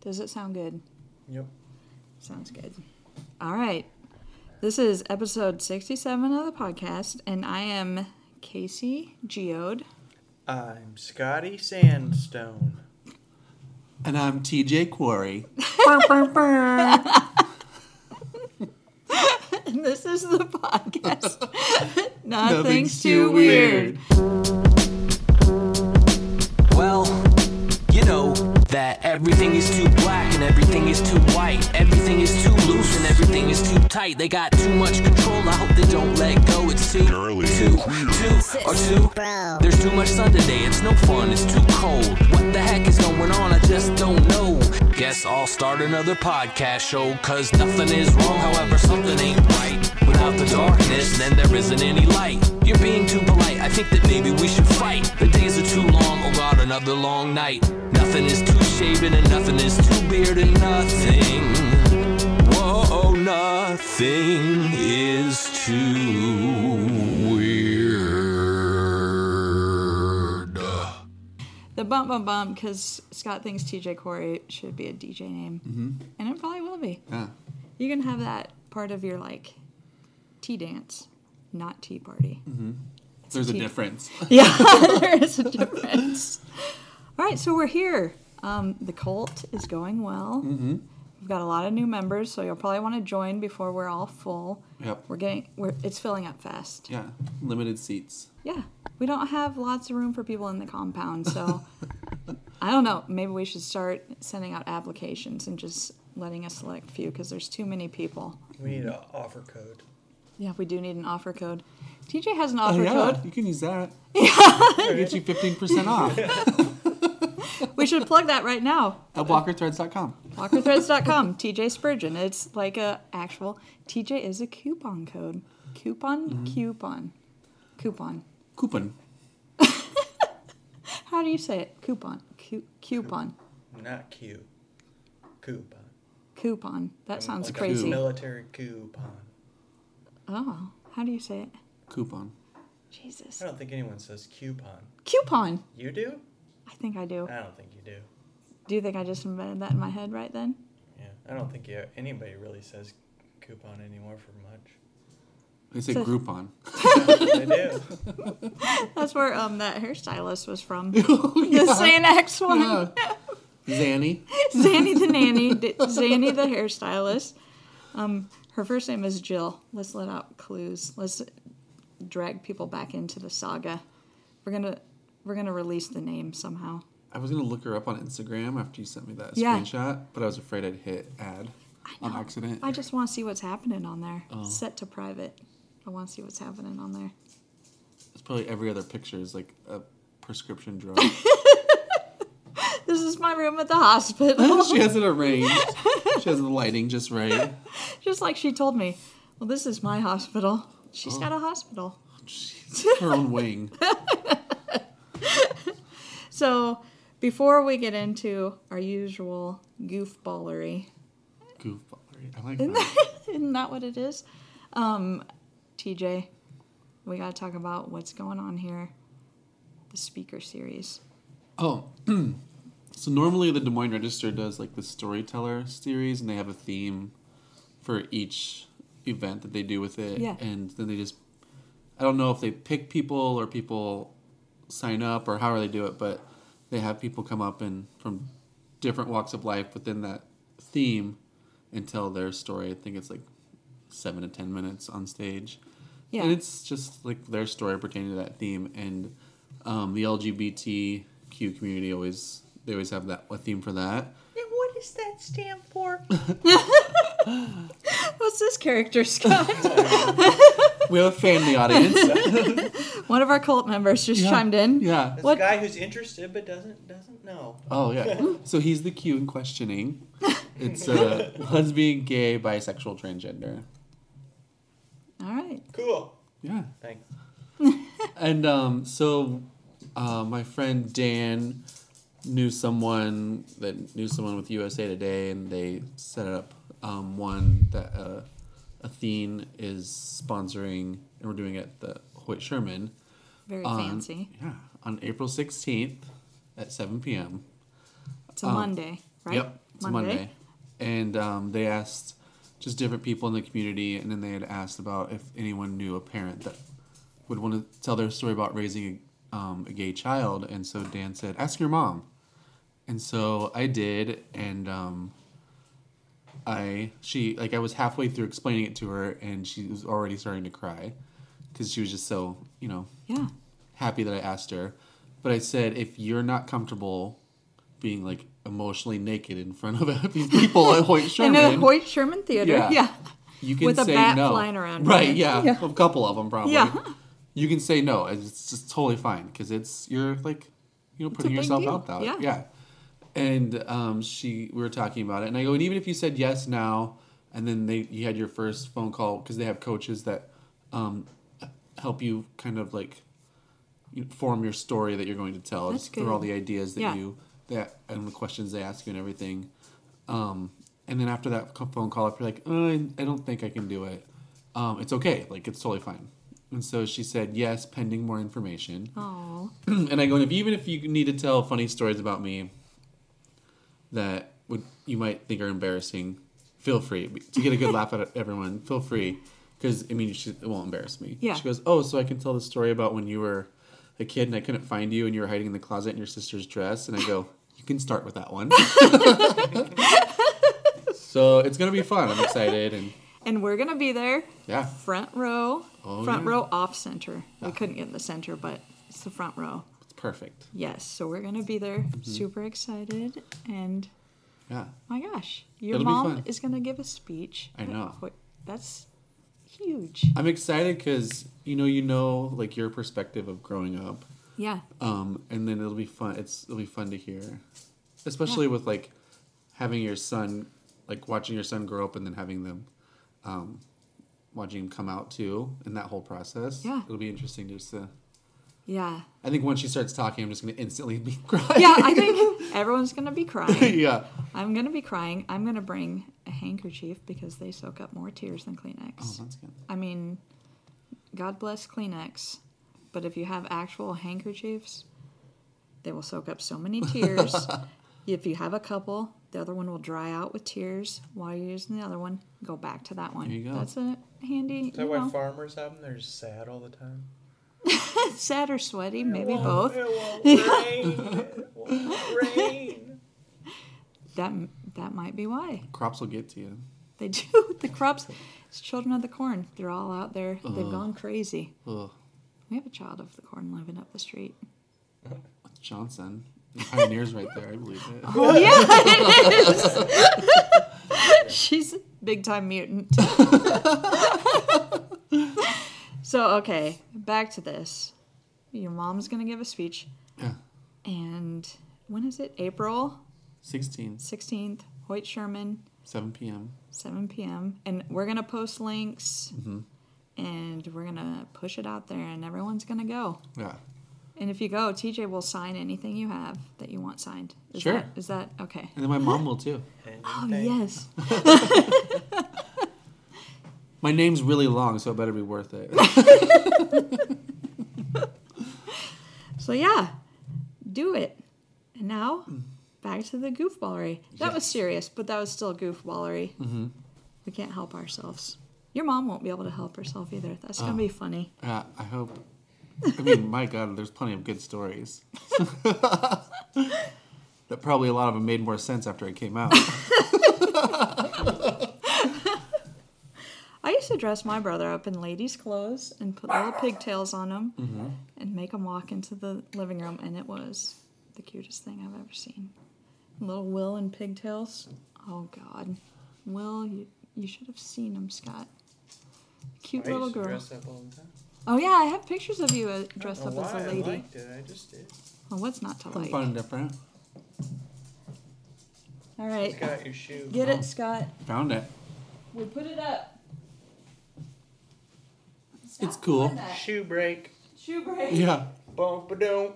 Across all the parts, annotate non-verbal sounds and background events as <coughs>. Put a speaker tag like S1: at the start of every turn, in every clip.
S1: Does it sound good?
S2: Yep.
S1: Sounds good. All right. This is episode 67 of the podcast, and I am Casey Geode. <laughs>
S2: I'm Scotty Sandstone.
S3: And I'm
S1: <laughs>
S3: TJ Quarry.
S1: And this is the podcast. <laughs> Nothing's,
S3: Nothing's
S1: too
S3: too
S1: weird.
S4: Well, you know that everything is too black and everything is too white. Everything is too loose and everything is too tight. They got too much control. I hope they don't let go. It's too, too, too, or too. There's too much sun today. It's no fun. It's too cold. What the heck is going on? I just don't know. Guess I'll start another podcast show. Cause nothing is wrong. However, something ain't right. Without the darkness, then there isn't any light. You're being too polite. I think that maybe we should fight. The days are too long. Oh God, another long night. Nothing is too shaven and nothing is too bearded. Nothing. Whoa, Oh, nothing is too weird.
S1: The bump, bump, bump, because Scott thinks TJ Corey should be a DJ name. And it probably will be.
S3: Mm-hmm. Yeah.
S1: You can have that part of your, like, tea dance, not tea party.
S3: Mm-hmm. There's a
S1: T-
S3: difference.
S1: <laughs>
S3: <laughs>
S1: Yeah, there is a difference. All right, so we're here. Um, the cult is going well.
S3: Mm-hmm.
S1: We've got a lot of new members, so you'll probably want to join before we're all full.
S3: Yep.
S1: We're getting we're it's filling up fast.
S3: Yeah. Limited seats.
S1: Yeah, we don't have lots of room for people in the compound, so I don't know. Maybe we should start sending out applications and just letting a select few because there's too many people.
S2: We need an offer code.
S1: Yeah, we do need an offer code. TJ has an offer code.
S3: You can
S1: <laughs>
S3: use that. It'll get you 15% off
S1: We should plug that right now.
S3: at walkerthreads.com.
S1: <laughs> WalkerThreads.com, TJ Spurgeon. It's like a actual TJ is a coupon code. Coupon, coupon, coupon.
S3: Coupon.
S1: How do you say it? Coupon, Cu- coupon,
S2: Not Q. Coupon.
S1: coupon. That sounds
S2: Like a
S1: crazy.
S2: military coupon.
S1: Oh, how do you say it?
S3: Coupon.
S1: Jesus,
S2: I don't think anyone says coupon.
S1: coupon.
S2: You do?
S1: I think I do.
S2: I don't think you do.
S1: Do you think I just invented that in my head right then?
S2: Yeah. I don't think you, anybody really says coupon anymore for much.
S3: They say
S1: So-
S3: Groupon. <laughs>
S1: <laughs>
S2: They do.
S1: That's where um that hairstylist was from. The Xanax one. <laughs>
S3: Yeah. Zanny.
S1: Zanny the nanny, D- Zanny the hairstylist. Um, her first name is Jill. Let's let out clues. Let's drag people back into the saga. We're gonna we're gonna release the name somehow.
S3: I was going to look her up on Instagram after you sent me that
S1: Yeah.
S3: screenshot, but I was afraid I'd hit ad on accident.
S1: I just want to see what's happening on there. Set to private. I want to see what's happening on there.
S3: It's probably every other picture is like a prescription
S1: <laughs>
S3: drug. <laughs>
S1: This is my room at the hospital.
S3: she has it arranged. She has the lighting just right.
S1: just like she told me. Well, this is my hospital.
S3: Oh.
S1: She's got a hospital.
S3: Jeez, her
S1: <laughs>
S3: own wing.
S1: So before we get into our usual goofballery,
S3: Goofballery. I like that.
S1: Isn't that what it is? Um, TJ, we got to talk about what's going on here. The speaker series.
S3: Oh, <clears throat> so normally the Des Moines Register does like the storyteller series, and they have a theme for each event that they do with it.
S1: Yeah.
S3: And then they just, I don't know if they pick people or people sign up or how they do it, but they have people come up and from different walks of life within that theme and tell their story. I think it's like seven to ten minutes on stage.
S1: Yeah.
S3: And it's just like their story pertaining to that theme, and um, the LGBTQ community always they always have that a theme for that.
S2: what does that stand for?
S1: What's this character,
S3: <laughs>
S1: Scott?
S3: We have a fan in
S1: <laughs>
S3: the audience.
S1: One of our cult members just chimed in.
S3: yeah.
S2: This
S1: What-
S2: guy who's interested but doesn't doesn't know.
S3: Oh yeah. So he's the Q in questioning. It's uh, <laughs> lesbian, gay, bisexual, transgender.
S1: All right.
S2: Cool.
S3: Yeah.
S2: Thanks.
S3: And um, so, uh, my friend Dan knew someone that knew someone with USA Today, and they set up um, one that uh, Athene is sponsoring, and we're doing it at the Hoyt Sherman.
S1: Very
S3: on-
S1: fancy.
S3: Yeah, on April sixteenth at seven p.m.
S1: It's a Monday, right?
S3: um, Yep, it's
S1: Monday.
S3: Monday, and um, they asked just different people in the community, and then they had asked about if anyone knew a parent that would want to tell their story about raising a, um, a gay child. And so Dan said, "Ask your mom." And so I did, and um, I she like I was halfway through explaining it to her, and she was already starting to cry because she was just so you know
S1: Yeah.
S3: happy that I asked her, but I said if you're not comfortable being like emotionally naked in front of <laughs> these people at Hoyt
S1: In
S3: Sherman,
S1: a Hoyt Sherman Theater.
S3: Yeah.
S1: Yeah. <laughs>
S3: you can
S1: with a
S3: say
S1: bat
S3: no.
S1: flying around,
S3: right?
S1: right?
S3: Yeah,
S1: Yeah.
S3: a couple of them probably.
S1: Yeah.
S3: You can say no. and It's just totally fine because it's you're like you know
S1: a
S3: putting
S1: big
S3: yourself
S1: deal.
S3: out there.
S1: Yeah.
S3: And um, she we were talking about it, and I go, and even if you said yes now, and then they you had your first phone call because they have coaches that um, help you kind of like you form your story that you're going to tell
S1: That's
S3: just through all
S1: good.
S3: the ideas that
S1: Yeah.
S3: you that and the questions they ask you and everything. Um, and then after that co- phone call, if you're like, "Uh, I I don't think I can do it, um, it's okay. Like it's totally fine. And so she said yes, pending more information.
S1: Oh.
S3: <clears throat> and I go, and if even if you need to tell funny stories about me that would you might think are embarrassing, feel free to get a good laugh at everyone. Feel free, because I mean, she, it won't embarrass me.
S1: Yeah.
S3: She goes, oh, so I can tell the story about when you were a kid and I couldn't find you and you were hiding in the closet in your sister's dress, and I go, you can start with that one. so it's gonna be fun. I'm excited, and
S1: And we're gonna be there.
S3: yeah,
S1: Front row.
S3: Oh,
S1: front
S3: yeah.
S1: row off center. We couldn't get in the center, but it's the front row.
S3: it's perfect.
S1: Yes. So we're gonna be there.
S3: Mm-hmm.
S1: Super excited. And
S3: Yeah,
S1: my gosh. Your
S3: It'll be
S1: mom
S3: fun.
S1: is gonna give a speech.
S3: I know.
S1: What- That's huge.
S3: I'm excited because you know, you know, like your perspective of growing up.
S1: Yeah.
S3: um, and then it'll be fun. It's it'll be fun to hear, especially with like having your son, like watching your son grow up, and then having them, um, watching him come out too, and that whole process.
S1: Yeah.
S3: it'll be interesting just to.
S1: Yeah.
S3: I think once she starts talking, I'm just gonna instantly <laughs> be crying.
S1: Yeah, I think everyone's gonna be crying.
S3: <laughs> yeah.
S1: I'm gonna be crying. I'm gonna bring a handkerchief because they soak up more tears than Kleenex.
S3: Oh, that's good.
S1: I mean, God bless Kleenex, but if you have actual handkerchiefs, they will soak up so many tears.
S3: <laughs>
S1: if you have a couple, the other one will dry out with tears while you're using the other one. Go back to that one.
S3: There you go.
S1: That's a handy.
S2: Is that
S1: you
S2: why
S1: know,
S2: farmers have them? They're just sad all the time.
S1: sad or sweaty, maybe both.
S2: It won't rain. It won't rain.
S1: That that might be why.
S3: Crops will get to you.
S1: They <laughs> do. The crops, it's children of the corn. They're all out there.
S3: Uh-huh.
S1: They've gone crazy.
S3: Ugh.
S1: We have a child of the corn living up the street.
S3: Johnson, pioneers right there. I believe it.
S1: Oh, yeah, it is. She's a big time mutant. so, okay, back to this. Your mom's going to give a speech.
S3: <laughs> Yeah.
S1: And when is it? April
S3: 16,
S1: 16th, Hoyt Sherman.
S3: 7 p.m.
S1: 7 p.m. And we're going to post links and we're going to push it out there and everyone's going to go.
S3: Yeah.
S1: And if you go, TJ will sign anything you have that you want signed. Is
S3: Sure.
S1: That, is that okay?
S3: And then my mom will too.
S1: Oh,
S2: Anything.
S1: yes.
S3: My name's really long, so it better be worth it.
S1: So, yeah, do it. And now, back to the goofballery. That was serious, but that was still goofballery.
S2: Mm-hmm.
S1: We can't help ourselves. Your mom won't be able to help herself either. That's
S2: Oh.
S1: going to be funny.
S3: Yeah, Uh, I hope. I mean, my God, there's plenty of good stories. <laughs> that probably a lot of them made more sense after it came <laughs> out.
S1: I used to dress my brother up in ladies' clothes and put little pigtails on him
S2: Mm-hmm.
S1: and make him walk into the living room, and it was the cutest thing I've ever seen. Little Will in pigtails. Oh God, Will, you you should have seen him, Scott. Cute
S2: I
S1: little
S2: used to
S1: girl.
S2: dress up all the time.
S1: Oh yeah, I have pictures of you uh,
S2: I
S1: dressed
S2: don't
S1: up
S2: know
S1: as
S2: Oh, why
S1: a
S2: I
S1: lady.
S2: liked it. I just did.
S1: Well, what's not to like?
S3: Fun and different.
S1: All right,
S2: It's got your shoe.
S1: get it, Scott.
S3: Found it.
S1: We put it up.
S3: It's cool.
S2: Shoe break.
S1: Shoe break.
S3: Yeah.
S2: Bump a doom.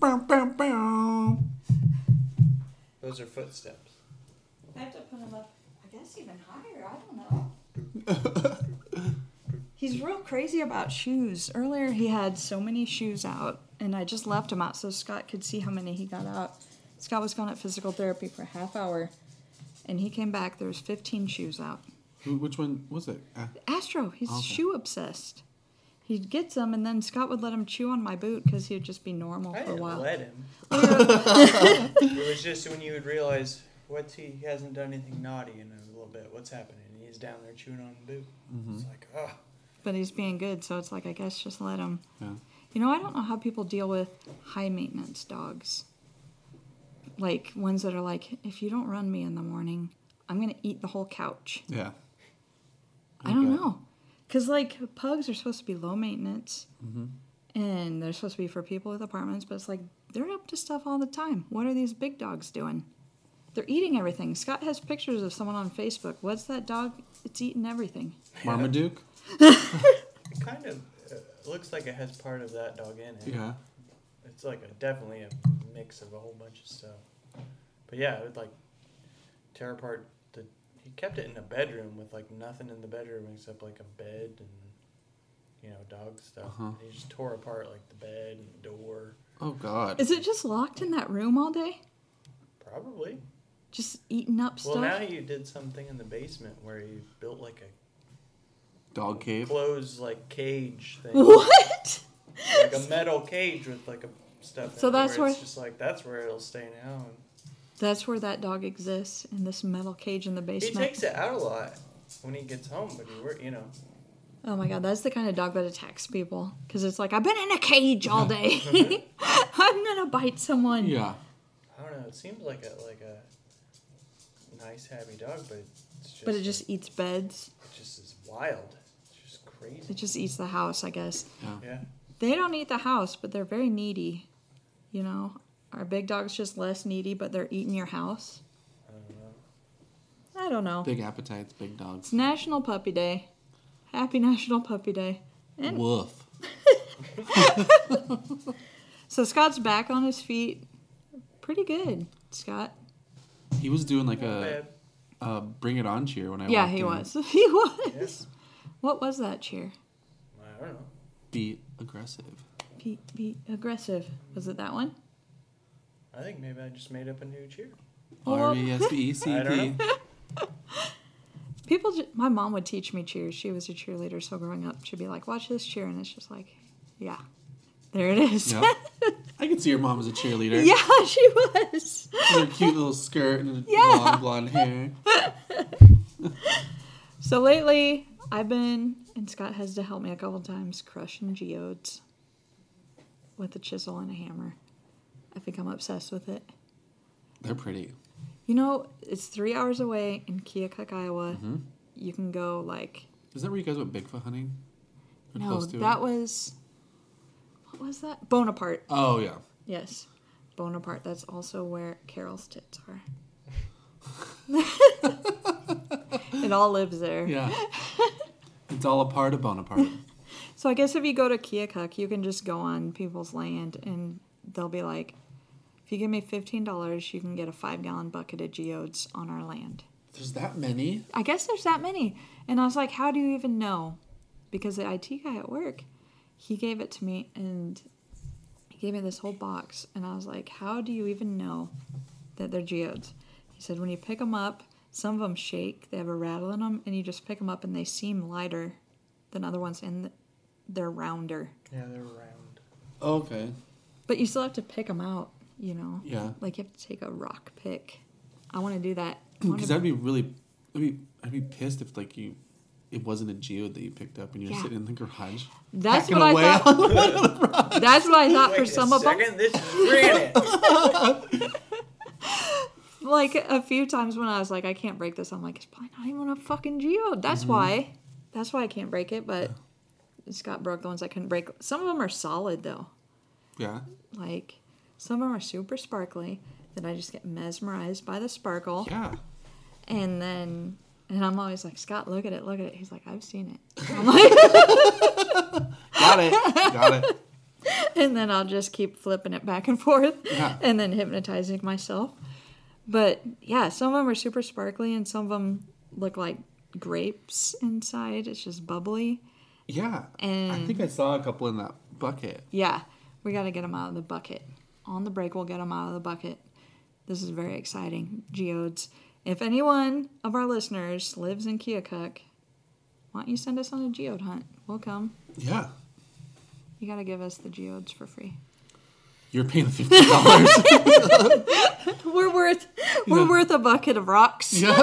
S3: Bam, bam, bam.
S2: Those are footsteps.
S1: I have to put him up, I guess, even higher. I don't know.
S3: <laughs>
S1: He's real crazy about shoes. Earlier, he had so many shoes out, and I just left him out so Scott could see how many he got out. Scott was gone at physical therapy for a half hour, and he came back. There was 15 shoes out.
S3: Who, which one was it? Ah,
S1: Astro, he's
S3: Okay.
S1: shoe obsessed. He gets them, and then Scott would let him chew on my boot because he would just be normal
S2: I
S1: for a
S2: didn't
S1: while.
S2: let
S1: <laughs>
S2: him. it was just when you would realize what's he he hasn't done anything naughty in a little bit. What's happening? He's down there chewing on the boot.
S1: Mm-hmm.
S2: It's like, oh,
S1: but he's being good, so it's like I guess just let him.
S3: yeah.
S1: You know, I don't know how people deal with high maintenance dogs. Like ones that are like, if you don't run me in the morning, I'm gonna eat the whole couch.
S3: Yeah.
S1: I don't
S3: Okay.
S1: know, cause like pugs are supposed to be low maintenance,
S2: Mm-hmm.
S1: and they're supposed to be for people with apartments, but it's like they're up to stuff all the time. What are these big dogs doing? They're eating everything. Scott has pictures of someone on Facebook. What's that dog? It's eating everything.
S3: Marmaduke?
S2: it kind of uh, looks like it has part of that dog in it.
S3: Yeah.
S2: It's like a, definitely a mix of a whole bunch of stuff. But yeah, it would like tear apart the. He kept it in a bedroom with like nothing in the bedroom except like a bed and you know dog stuff.
S3: Uh-huh.
S2: He just tore apart like the bed and the door.
S3: Oh, God.
S1: Is it just locked in that room all day,
S2: Probably.
S1: just eating up
S2: Well,
S1: stuff?
S2: now you did something in the basement where you built like a
S3: Dog cave?
S2: closed like cage thing,
S1: <laughs> What?
S2: like a metal cage with like a stuff. in
S1: So
S2: it
S1: that's
S2: where
S1: where-
S2: it's just like that's where it'll stay now. And
S1: That's where that dog exists in this metal cage in the
S2: he
S1: basement.
S2: takes it out a lot when he gets home, but he wor- you know.
S1: oh my god, that's the kind of dog that attacks people because it's like I've been in a cage
S2: <laughs>
S1: all day. <laughs> I'm gonna bite someone.
S3: Yeah.
S2: I don't know. It seems like a like a nice happy dog, but it's just
S1: But it just eats beds.
S2: it just is wild. It's just crazy.
S1: It just eats the house, I guess.
S2: Yeah.
S1: They don't eat the house, but they're very needy. You know, our big dog's just less needy, but they're eating your house.
S2: I don't know.
S1: I don't know.
S3: Big appetites, big
S1: It's
S3: dogs.
S1: National Puppy Day. Happy National Puppy Day. And
S3: Woof.
S1: so Scott's back on his feet. Pretty good, Scott.
S3: He was doing like
S2: Not
S3: a,
S2: bad.
S3: a Bring It On cheer when I
S1: yeah,
S3: walked
S1: he
S3: in.
S1: was. <laughs> He was.
S2: Yes.
S1: What was that cheer?
S2: I don't know.
S3: Be aggressive.
S1: Be, be aggressive. Was it that one?
S2: I think maybe I just made up a new cheer.
S1: Well-
S3: R E S P E C
S1: <laughs>
S2: I
S3: P.
S2: don't
S1: People, ju- my mom would teach me cheers. She was a cheerleader, so growing up, she'd be like, "Watch this cheer," and it's just like, "Yeah, there it is." <laughs>
S3: Yep. I could see your mom was a cheerleader.
S1: yeah, she was.
S3: With her cute little skirt and
S1: <laughs> Yeah.
S3: long blonde hair.
S1: So lately, I've been, and Scott has to help me a couple times, crushing geodes with a chisel and a hammer. I think I'm obsessed with it.
S3: They're pretty.
S1: You know, it's three hours away in Keokuk, Iowa. You can go like
S3: Is that where you guys went Bigfoot hunting? Or
S1: no, that was what was that? Bonaparte.
S3: Oh yeah.
S1: Yes, Bonaparte. That's also where Carol's tits are. it all lives there.
S3: Yeah.
S1: <laughs>
S3: it's all a part of Bonaparte.
S1: So I guess if you go to Keokuk, you can just go on people's land and they'll be like, if you give me fifteen dollars, you can get a five gallon bucket of geodes on our land.
S3: There's that many.
S1: I guess there's that many. And I was like, how do you even know? Because the IT guy at work, he gave it to me and he gave me this whole box. And I was like, how do you even know that they're geodes? He said, when you pick them up, some of them shake, they have a rattle in them, and you just pick them up and they seem lighter than other ones and they're rounder.
S2: Yeah, they're round.
S3: Oh, Okay.
S1: But you still have to pick them out, you know?
S3: Yeah.
S1: Like you have to take a rock pick. I want to do that. I wanna-
S3: Because I'd be really, I'd be, I'd be pissed if like you, it wasn't a geode that you picked up and you're
S1: Yeah.
S3: sitting in the garage.
S1: That's
S3: packing
S1: what I
S3: away
S1: thought. <laughs> That's what I thought
S2: Wait
S1: for
S2: a
S1: some of them.
S2: second, this is granite.
S1: <laughs> Like a few times when I was like, I can't break this. I'm like, it's probably not even a fucking geode. That's
S3: Mm-hmm.
S1: why. That's why I can't break it. But Scott broke the ones I couldn't break. Some of them are solid though.
S3: Yeah.
S1: Like some of them are super sparkly. Then I just get mesmerized by the sparkle.
S3: Yeah.
S1: And then, and I'm always like, Scott, look at it, look at it. He's like, I've seen it. I'm like,
S3: Got it. Got it.
S1: and then I'll just keep flipping it back and <laughs> forth
S3: Yeah.
S1: and then hypnotizing myself. But yeah, some of them are super sparkly and some of them look like grapes inside. It's just bubbly.
S3: Yeah. I
S1: And-
S3: think I saw a couple in that bucket.
S1: Yeah, we got to get them out of the bucket. On the break, we'll get them out of the bucket. This is very exciting. Geodes. If anyone of our listeners lives in Keokuk, why don't you send us on a geode hunt? We'll come.
S3: Yeah.
S1: You got to give us the geodes for free.
S3: You're paying fifteen
S1: <laughs>
S3: dollars.
S1: We're worth we're
S3: Yeah.
S1: worth a bucket of rocks. <laughs>
S3: yeah.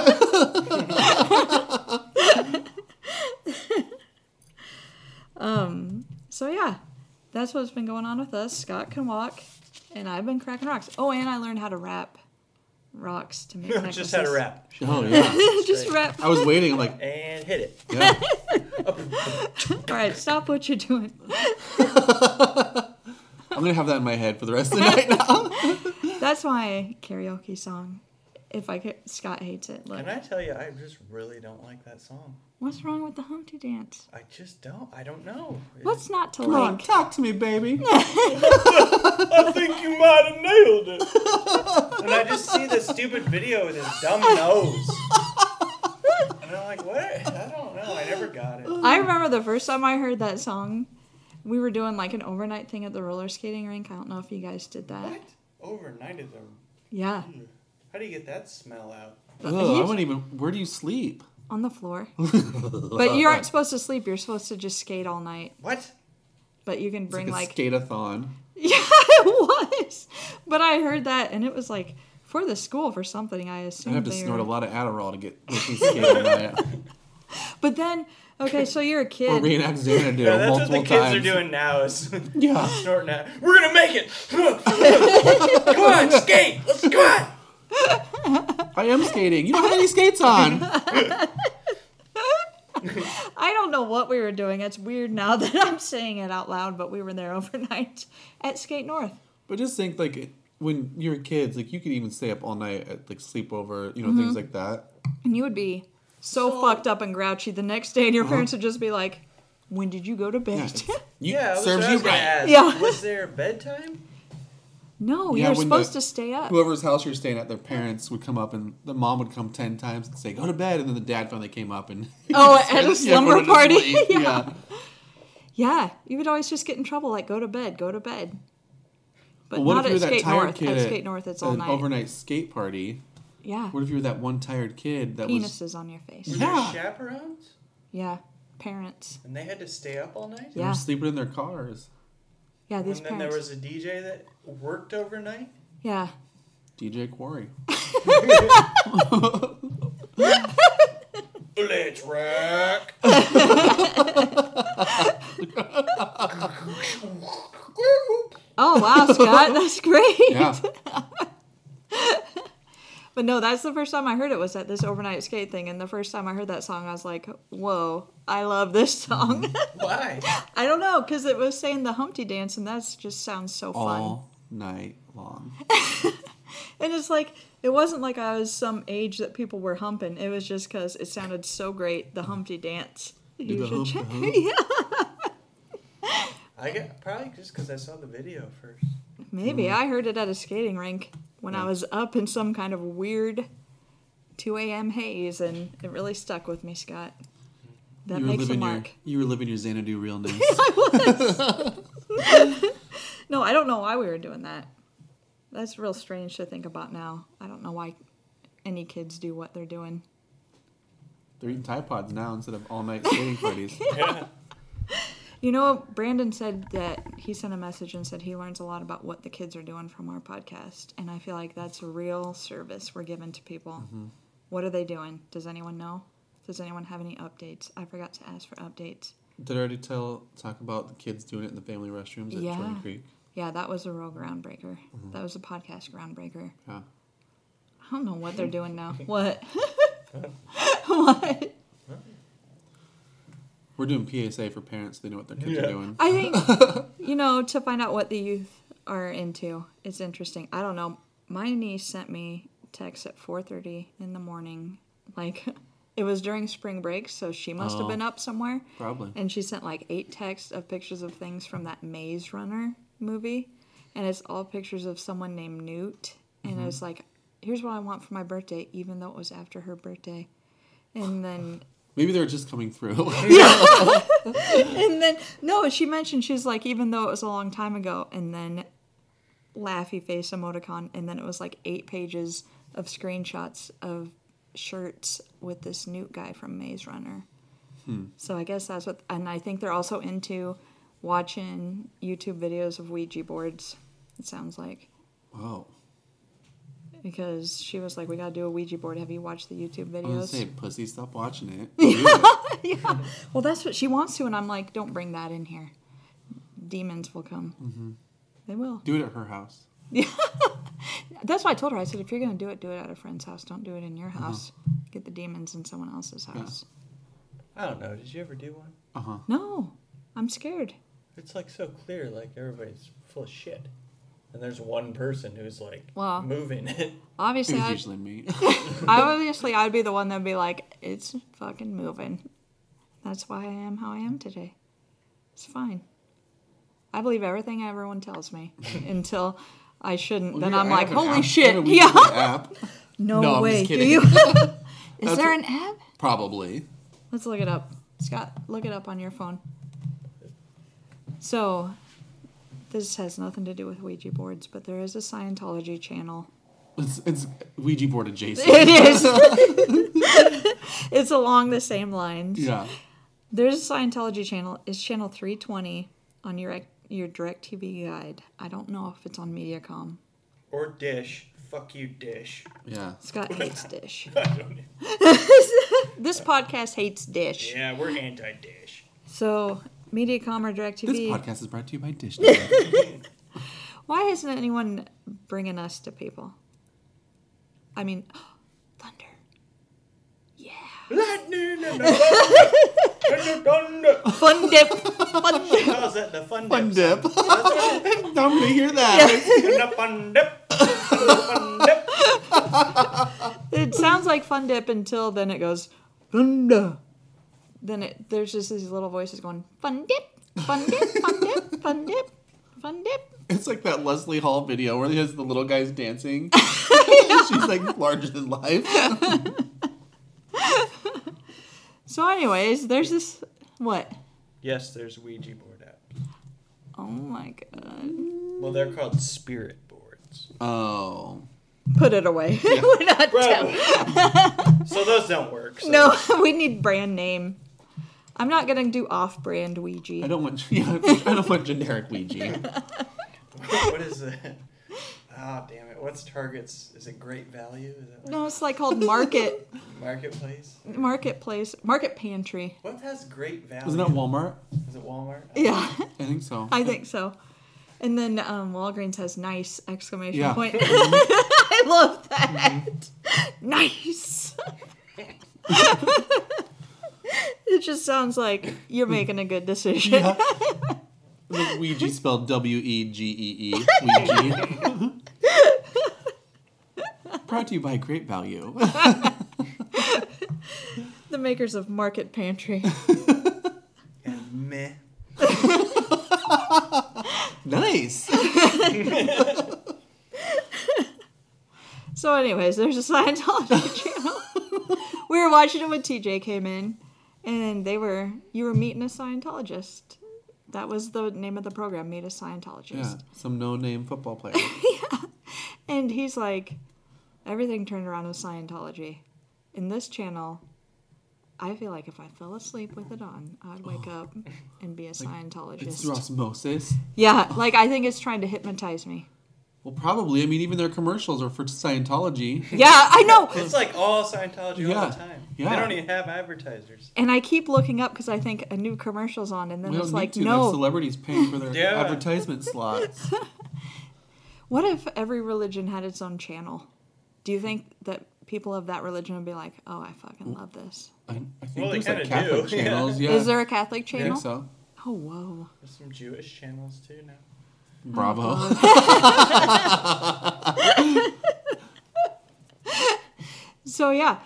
S1: Um, So yeah, that's what's been going on with us. Scott can walk, and I've been cracking rocks. Oh, and I learned how to wrap rocks to make <laughs> necklaces.
S2: <laughs> Just had a wrap.
S3: <laughs> Oh yeah.
S1: <laughs> Just wrap.
S3: I was waiting. I'm like,
S2: And hit it.
S3: yeah.
S1: All right, stop what you're doing.
S3: I'm gonna have that in my head for
S1: <laughs>
S3: the rest of the night <laughs> now.
S1: That's my karaoke song. If I could, Scott hates it. Look,
S2: Can I tell you, I just really don't like that song.
S1: what's wrong with the Humpty Dance?
S2: I just don't. I don't know. It-
S1: What's not to
S3: Come on,
S1: like?
S3: talk to me, baby.
S2: I think you might have nailed
S3: <laughs>
S2: it. and I just see this stupid video with his dumb nose. And I'm like, what? I don't know. I never got it.
S1: I remember the first time I heard that song. We were doing like an overnight thing at the roller skating rink. I don't know if you guys did that.
S2: What? Overnight at the.
S1: Yeah,
S2: How do you get that smell out?
S3: Ugh, I wouldn't even. Where do you sleep?
S1: on the
S3: <laughs>
S1: floor. but you aren't supposed to sleep. You're supposed to just skate all night.
S2: What?
S1: But you can
S3: It's
S1: bring
S3: like a
S1: like
S3: skate-a-thon.
S1: Yeah, <laughs> it was. But I heard that, and it was like for the school for something. I
S3: I'd
S1: assume.
S3: have to
S1: they
S3: snort
S1: were-
S3: a lot of Adderall
S1: <laughs>
S3: to get to skate all night.
S1: But then, okay, so
S3: <laughs>
S1: you're a
S3: Or
S1: kid.
S3: reenact Xanadu
S2: <laughs> Yeah, that's what
S3: multiple
S2: the kids
S3: times.
S2: are doing now. Is <laughs>
S3: Yeah.
S2: snorting at. We're gonna make it. <laughs> Come on, skate. Let's go. on."
S3: I am skating. You don't have any
S1: <laughs>
S3: skates on.
S1: I don't know what we were doing. It's weird now <laughs> that I'm saying it out loud, but we were there <laughs> overnight at Skate North.
S3: But just think, like, it- when you're kids, like, you could even stay up all night at, like, sleepover, you know,
S1: Mm-hmm.
S3: things like that.
S1: And you would be so,
S2: So-
S1: fucked up and grouchy the next day, and
S3: Uh-huh.
S1: your parents would just be like, When did you go to
S3: Yeah.
S1: bed?
S3: it's- You,
S2: Yeah, that's
S3: serves
S2: what I
S3: you
S2: was gonna
S3: right.
S2: ask.
S1: Yeah.
S2: Was there bedtime?
S1: <laughs> no,
S3: Yeah,
S1: you're
S3: when
S1: supposed to
S3: the-
S1: stay up.
S3: Whoever's house you're staying at, their parents would come up, and the mom would come 10 times and say, go to bed. And then the dad finally came up and. <laughs>
S1: Oh, at a
S3: Yeah,
S1: slumber
S3: everyone would
S1: party.
S3: just leave.
S1: <laughs> Yeah.
S3: yeah.
S1: Yeah, you would always just get in trouble, like, Go to bed, go to bed. But
S3: Well, what
S1: not
S3: if you
S1: at
S3: were that
S1: Skate
S3: tired
S1: North.
S3: kid
S1: At
S3: at
S1: Skate North, it's all
S3: an
S1: night.
S3: overnight skate party?
S1: yeah.
S3: What if you were that one tired kid that was.
S1: penises on your face.
S2: Were
S3: Yeah.
S2: there chaperones?
S1: Yeah, parents.
S2: And they had to stay up all night?
S3: They
S1: Yeah.
S3: were sleeping in their cars.
S1: Yeah,
S2: And
S1: these
S2: then there
S1: parents.
S2: was a DJ that worked overnight?
S1: Yeah,
S3: DJ Quarry.
S2: Let's rock.
S1: Oh wow,
S3: <laughs>
S1: Scott, <laughs> that's great.
S3: Yeah.
S1: But no, that's the first time I heard it was at this overnight skate thing, and the first time I heard that song, I was like, "Whoa, I love this
S3: Mm-hmm.
S1: song."
S2: Why?
S1: I don't know because it was saying the Humpty Dance, and that just sounds so fun.
S3: all night long.
S1: And it's like it wasn't like I was some age that people were humping. It was just because it sounded so great, the Humpty Dance. You
S3: the
S1: should check.
S3: hump, the hump.
S1: yeah,
S2: I get probably just because I saw the video first.
S1: <laughs> Maybe
S3: Mm.
S1: I heard it at a skating rink when I was up in some kind of weird 2 a.m. haze, and it really stuck with me, Scott. That
S3: you were
S1: makes a
S3: living your
S1: mark.
S3: you were living your Xanadu
S1: <laughs>
S3: real nice.
S1: No, I don't know why we were doing that. That's real strange to think about now. I don't know why any kids do what they're doing.
S3: They're eating Tide Pods now instead of all night skating
S1: <laughs>
S3: parties.
S1: You know, Brandon said that he sent a message and said he learns a lot about what the kids are doing from our podcast. And I feel like that's a real service we're giving to people. What are they doing? Does anyone know? Does anyone have any updates? I forgot to ask for updates.
S3: Did I already tell talk about the kids doing it in the family restrooms at
S1: Yeah.
S3: Twin Creek?
S1: Yeah, that was a real groundbreaker. That was a podcast groundbreaker.
S3: Yeah.
S1: I don't know what they're doing now. What?
S3: We're doing PSA for parents so they know what their kids
S2: Yeah.
S3: are doing.
S1: I think you know to find out what the youth are into. It's interesting. I don't know. My niece sent me texts at 4:30 in the morning. Like <laughs> it was during spring break, so she must have been up somewhere.
S3: Probably.
S1: And she sent like eight texts of pictures of things from that Maze Runner movie, and it's all pictures of someone named Newt. And it was like, here's what I want for my birthday, even though it was after her birthday. And then
S3: Maybe they're just
S1: <laughs>
S3: coming through. <laughs>
S1: And then no, she mentioned she's like, even though it was a long time ago, and then laughy face emoticon, and then it was like eight pages of screenshots of shirts with this Newt guy from Maze Runner.
S3: Hmm.
S1: So I guess that's what, and I think they're also into watching YouTube videos of Ouija boards. It sounds like
S3: Oh,
S1: because she was like, "We gotta do a Ouija board. Have you watched the YouTube
S3: I was
S1: videos?"
S3: gonna say, pussy, stop watching it.
S1: <laughs>
S3: Do it.
S1: yeah. Well, that's what she wants to, and I'm like, don't bring that in here. Demons will come.
S3: Mm-hmm.
S1: They will.
S3: Do it at her house.
S1: That's why I told her. I said, if you're gonna do it, do it at a friend's house. Don't do it in
S3: Uh-huh.
S1: your house. Get the demons in someone else's house.
S2: I don't know. Did you ever do one?
S3: Uh huh.
S1: No, I'm scared.
S2: It's like so clear, like everybody's full of shit, and there's one person who's like
S1: Well-
S2: moving <laughs> it.
S3: It
S1: Obviously,
S3: was
S1: I,
S3: usually me.
S1: I obviously I'd be the one that'd be like, it's fucking moving. That's why I am how I am today. It's fine. I believe everything everyone tells
S3: <laughs>
S1: me until I shouldn't. then
S3: Well,
S1: I'm
S3: I
S1: like,
S3: have an app. I
S1: holy
S3: have a
S1: shit! <laughs>
S3: Ouija
S1: Yeah.
S3: board app.
S1: No,
S3: No, I'm
S1: way.
S3: just
S1: Do
S3: kidding.
S1: <laughs> you? Is there an app?
S3: Probably.
S1: Let's look it up. Scott, look it up on your phone. So, this has nothing to do with Ouija boards, but there is a Scientology channel.
S3: It's, it's Ouija
S1: <laughs>
S3: board adjacent.
S1: It is. it's along the same lines.
S3: yeah.
S1: There's a Scientology channel. It's channel 320 on your your DirecTV guide. I don't know if it's on MediaCom.
S2: Or Dish. Fuck you, Dish.
S3: Yeah.
S1: Scott hates Dish.
S2: I
S1: <laughs>
S2: don't know.
S1: This podcast hates Dish.
S2: Yeah, we're anti Dish.
S1: So, MediaCom or DirecTV.
S3: This podcast is brought to you
S1: <laughs>
S3: by Dish.
S1: Why isn't anyone bringing us to people? I mean, <gasps> thunder.
S2: Lightning and the thunder. thunder.
S1: Fun dip. Fun dip.
S2: How's that? The fun,
S3: Fun
S2: dip.
S3: dip. <laughs> I'm gonna hear that.
S2: The fun dip. Fun dip.
S1: It sounds like fun dip until then it goes thunder. Then it there's just these little voices going fun dip, fun dip, fun dip, fun dip, fun dip.
S3: It's like that Leslie Hall video where he has the little guys
S1: <laughs>
S3: dancing. <laughs> She's like larger than life.
S1: So, anyways, there's this what?
S2: Yes, there's Ouija board apps.
S1: Oh my god!
S2: Well, they're called spirit boards.
S3: Oh.
S1: Put it away. <laughs> We're not.
S2: Bro.
S1: telling-
S2: so those don't work. So
S1: No, <laughs> we need brand name. I'm not gonna do off-brand Ouija.
S3: I don't want <laughs> yeah, I don't want generic Ouija.
S2: <laughs> what is it? Ah, damn it. What's Target's? Is it Great Value? Is it
S1: No, it's like called Market
S2: Marketplace?
S1: Marketplace Market Pantry.
S2: What has Great Value?
S3: Isn't that Walmart?
S2: Is it Walmart?
S1: Yeah, <laughs>
S3: I think so.
S1: I think so. And then um, Walgreens has nice exclamation
S3: Yeah. <laughs> Mm-hmm.
S1: point. <laughs> I love that. Nice. <laughs> it just sounds like you're making a good decision.
S3: Yeah. The Ouija spelled W E G
S1: <laughs>
S3: E E. Ouija. Brought to you by Great
S1: <laughs>
S3: Value.
S1: <laughs> The makers of Market Pantry.
S2: And meh.
S3: nice.
S1: So, anyways, there's a <laughs> Scientology channel. <laughs> we were watching it when TJ came in, and they were you were meeting a Scientologist. That was the name of the program, Meet a Scientologist.
S3: Yeah, some no-name football player.
S1: And he's like, everything turned around with Scientology. In this channel, I feel like if I fell asleep with it on, I'd wake up and be a
S3: Oh. It's
S1: Scientologist.
S3: through osmosis.
S1: yeah, like I think it's trying to hypnotize me.
S3: Well, probably. I mean, even their commercials are for Scientology.
S1: Yeah, I know.
S2: It's like all Scientology all
S3: Yeah,
S2: the time.
S3: yeah.
S2: They don't even have advertisers.
S1: And I keep looking up because I think a new commercial's on, and then
S3: We
S1: it's
S3: don't
S1: like,
S3: need to. Their
S1: no.
S3: celebrities paying for
S2: <laughs>
S3: their
S2: Yeah.
S1: <laughs>
S3: advertisement slots.
S1: What if every religion had its own channel? Do you think that people of that religion would be like, oh, I fucking love this?
S3: I, I think
S2: Well, they
S3: there's like
S2: kinda do, <laughs>
S3: Catholic
S2: yeah.
S3: channels. Yeah.
S1: Is there a Catholic
S3: I
S1: channel?
S3: think so.
S1: Oh, whoa.
S2: There's some Jewish channels too now.
S3: Bravo.
S1: <laughs> So yeah,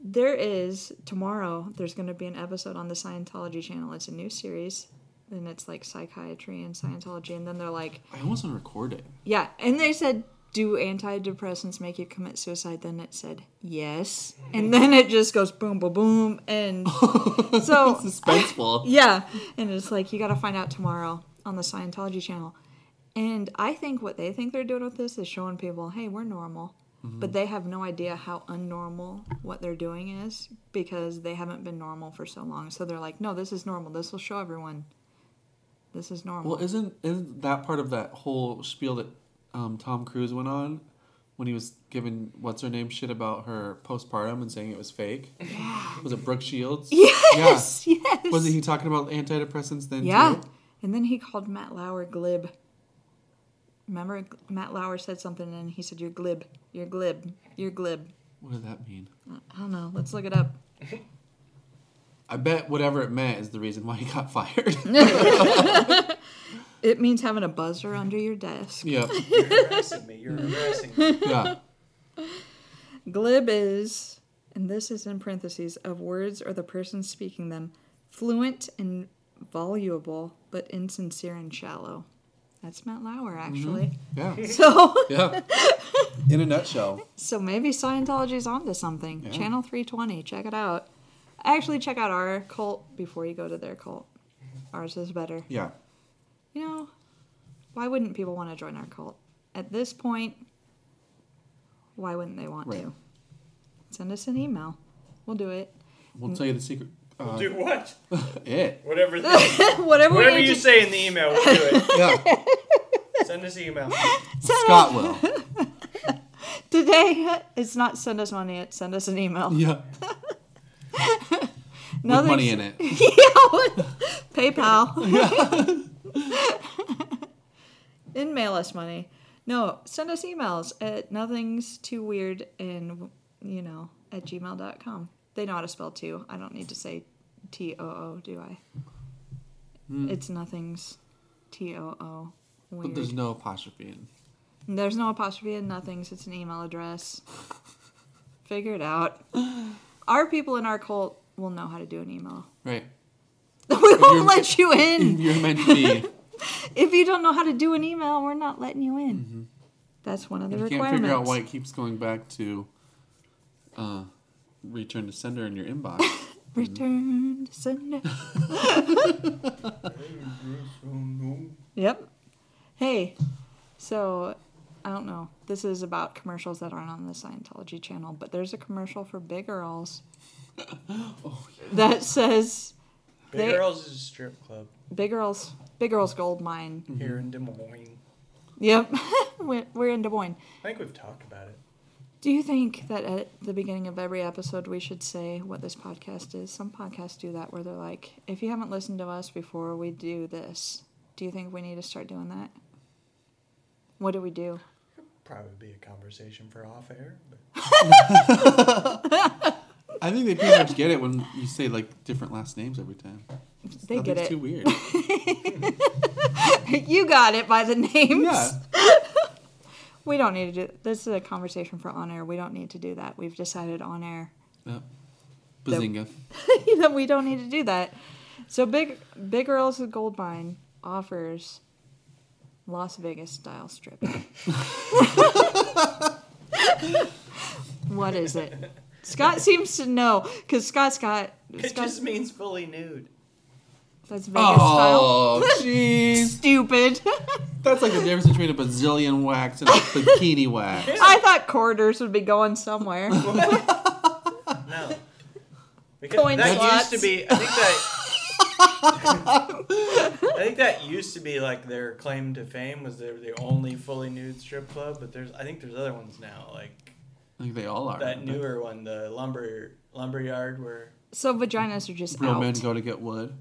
S1: there is tomorrow. There's going to be an episode on the Scientology channel. It's a new series, and it's like psychiatry and Scientology. And then they're like,
S3: I almost want to record it.
S1: yeah, and they said, do antidepressants make you commit suicide? Then it said yes, and then it just goes boom, boom, boom, and so
S3: Suspenseful.
S1: yeah, and it's like you got to find out tomorrow on the Scientology channel. And I think what they think they're doing with this is showing people, hey, we're normal.
S3: Mm-hmm.
S1: But they have no idea how unnormal what they're doing is because they haven't been normal for so long. So they're like, no, this is normal. This will show everyone this is normal.
S3: Well, isn't isn't that part of that whole spiel that um, Tom Cruise went on when he was giving what's her name shit about her postpartum and saying it was fake? Was it Brooke Shields?
S1: <laughs> yes, yes.
S3: Yeah. Wasn't he talking about antidepressants then?
S1: Yeah.
S3: Too?
S1: And then he called Matt Lauer glib. Remember, G- Matt Lauer said something and he said, You're glib. You're glib. You're glib.
S3: What did that mean?
S1: I don't know. Let's look it up.
S3: I bet whatever it meant is the reason why he got <laughs> fired.
S1: It means having a buzzer under your desk.
S3: yep.
S2: You're harassing me. You're harassing me.
S3: Yeah.
S1: Glib is, and this is in parentheses, of words or the person speaking them, fluent and voluble, but insincere and shallow. That's Matt Lauer, actually. <laughs>
S3: Yeah.
S1: So.
S3: Yeah. In a nutshell.
S1: So maybe Scientology's onto something. Channel 320, check it out. Actually, check out our cult before you go to their cult. Ours is better.
S3: Yeah.
S1: You know, why wouldn't people want to join our cult? At this point, why wouldn't they want
S3: Right.
S1: to? Send us an email. We'll do it.
S3: We'll tell you the secret. Uh,
S2: Do what?
S3: It.
S2: Whatever.
S3: <laughs>
S2: The,
S1: <coughs> Whatever,
S2: whatever
S1: we need
S2: you
S1: to-
S2: say in the email, we'll do
S1: <laughs>
S2: it.
S3: Yeah.
S2: Send us an email.
S3: Scott will.
S1: today, <laughs> it's not send us money, it's send us an email.
S3: Yeah.
S1: Another-
S3: With money in it.
S1: <laughs> yeah, PayPal.
S3: <laughs>
S1: <laughs> and mail us money. No, send us emails at nothing's too weird and you know at gmail.com. They know how to spell too. I don't need to say T O O, do I? It's nothing's T O O.
S3: Hmm. But
S1: Weird.
S3: there's no apostrophe in.
S1: There's no apostrophe in nothings. It's an email
S3: <laughs>
S1: address. Figure it out. Our people in our cult will know how to do an email.
S3: Right.
S1: <laughs> We won't
S3: you're-
S1: let you in.
S3: <laughs> You're meant to be. You
S1: if you don't know how to do an email, we're not letting you in. That's one of the
S3: Mm-hmm. can't
S1: requirements.
S3: figure out why it keeps going back to uh, return to sender in your inbox.
S1: Return to sender. Yep. Hey, so I don't know. This is about commercials that aren't on the Scientology channel, but there's a commercial for Big
S3: <laughs>
S1: Earls
S3: Oh,
S1: that says
S2: Big
S1: They-
S2: Girls is a strip club
S1: Big Earls, Big Earls Gold Mine.
S2: here
S3: Mm-hmm.
S2: in Des Moines.
S1: Yep, <laughs> we're we're in Des Moines.
S2: I think we've talked about it.
S1: Do you think that at the beginning of every episode we should say what this podcast is? Some podcasts do that where they're like, if you haven't listened to us before, we do this. Do you think we need to start doing that? What do we do?
S2: Probably be a conversation for off air. But
S3: I think they pretty much get it when you say like different last names every time.
S1: They
S3: Nothing's
S1: get it. <laughs>
S3: too weird.
S1: you got it by the names.
S3: yeah.
S1: We don't need to do this is a conversation for on air. We don't need to do that. We've decided on air
S3: Yep. Bazinga.
S1: <laughs> that we don't need to do that. So big big girls with gold mine offers Las Vegas style stripping. what is it? Scott seems to know because Scott's got
S2: it
S1: Scott's,
S2: just means fully nude.
S1: that's Vegas
S3: Oh,
S1: style.
S3: jeez.
S1: Stupid. <laughs>
S3: That's like the difference between a Brazilian wax and a bikini wax.
S1: I thought quarters would be going somewhere.
S2: No. Because
S1: Coin
S2: that
S1: slots.
S2: used to be. I think that. I think that used to be like their claim to fame was they were the only fully nude strip club, but there's I think there's other ones now like
S3: I think they all are.
S2: that newer one, the lumber lumber yard where
S1: So vaginas are just
S3: Real
S1: out.
S3: men go to get wood.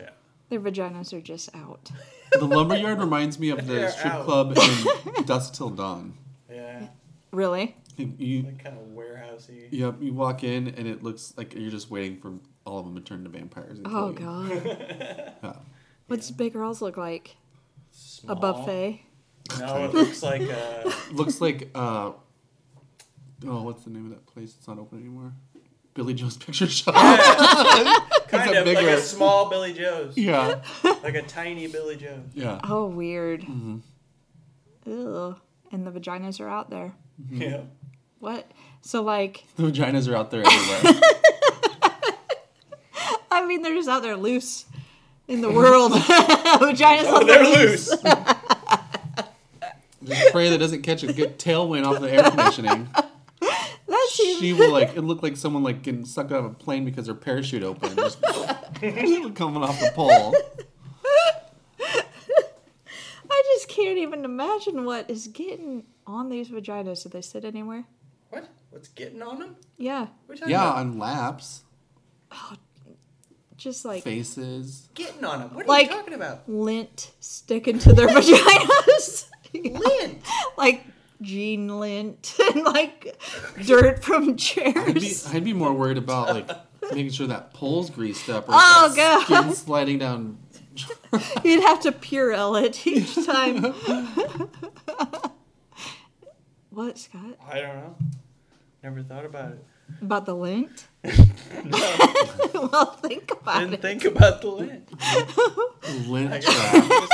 S2: yeah
S1: Their vaginas are just out.
S3: The lumberyard reminds me of the
S2: They're
S3: strip
S2: out.
S3: club in Dusk Till Dawn.
S2: yeah
S1: Really?
S3: You- You,
S2: like kind of warehousey.
S3: yep, you walk in and it looks like you're just waiting for all of them to turn to vampires. and
S1: Oh
S3: kill
S1: god.
S3: you.
S1: What's big girls look like?
S2: Small.
S1: A buffet.
S2: No, it looks like uh,
S3: Yeah. Looks like, uh, oh, what's the name of that place? It's not open anymore. Billy Joe's <laughs> Picture Shop.
S1: <laughs>
S2: kind
S3: a
S2: of
S3: big
S2: like a
S3: one.
S2: small Billy Joe's,
S3: yeah.
S2: like a tiny Billy Joe's.
S3: Yeah.
S1: Oh, weird. Ew. And the vaginas are out there.
S2: Yeah. <laughs>
S1: What? So, like,
S3: The vaginas are out there everywhere.
S1: I mean, they're just out there loose in the world. <laughs> vaginas out
S2: Oh, They're
S1: there.
S2: loose.
S3: Just pray that doesn't catch a good tailwind off the air conditioning.
S1: That's even
S3: She will like it looked like someone like getting sucked out of a plane because her parachute opened, just <laughs> coming off the
S1: <laughs>
S3: pole.
S1: I just can't even imagine what is getting on these vaginas. Do they sit anywhere?
S2: What? What's getting on them?
S1: Yeah,
S2: What are you talking
S3: Yeah,
S2: about?
S3: on laps,
S1: just like
S3: faces.
S2: Getting on them. What are
S1: Like-
S2: you talking about?
S1: lint sticking to their <laughs> vaginas. <laughs>
S2: Lint.
S1: like jean lint <laughs> and like dirt from
S3: I'd be,
S1: chairs.
S3: I'd be more worried about like making sure that pole's greased up or
S1: Oh,
S3: that
S1: God.
S3: skin sliding down.
S1: You'd have to Purell it each time. what, Scott?
S2: I don't know. Never thought about it.
S1: About the lint? <laughs> well, think about
S2: Didn't
S1: it.
S2: think about the lint.
S3: Lint trap.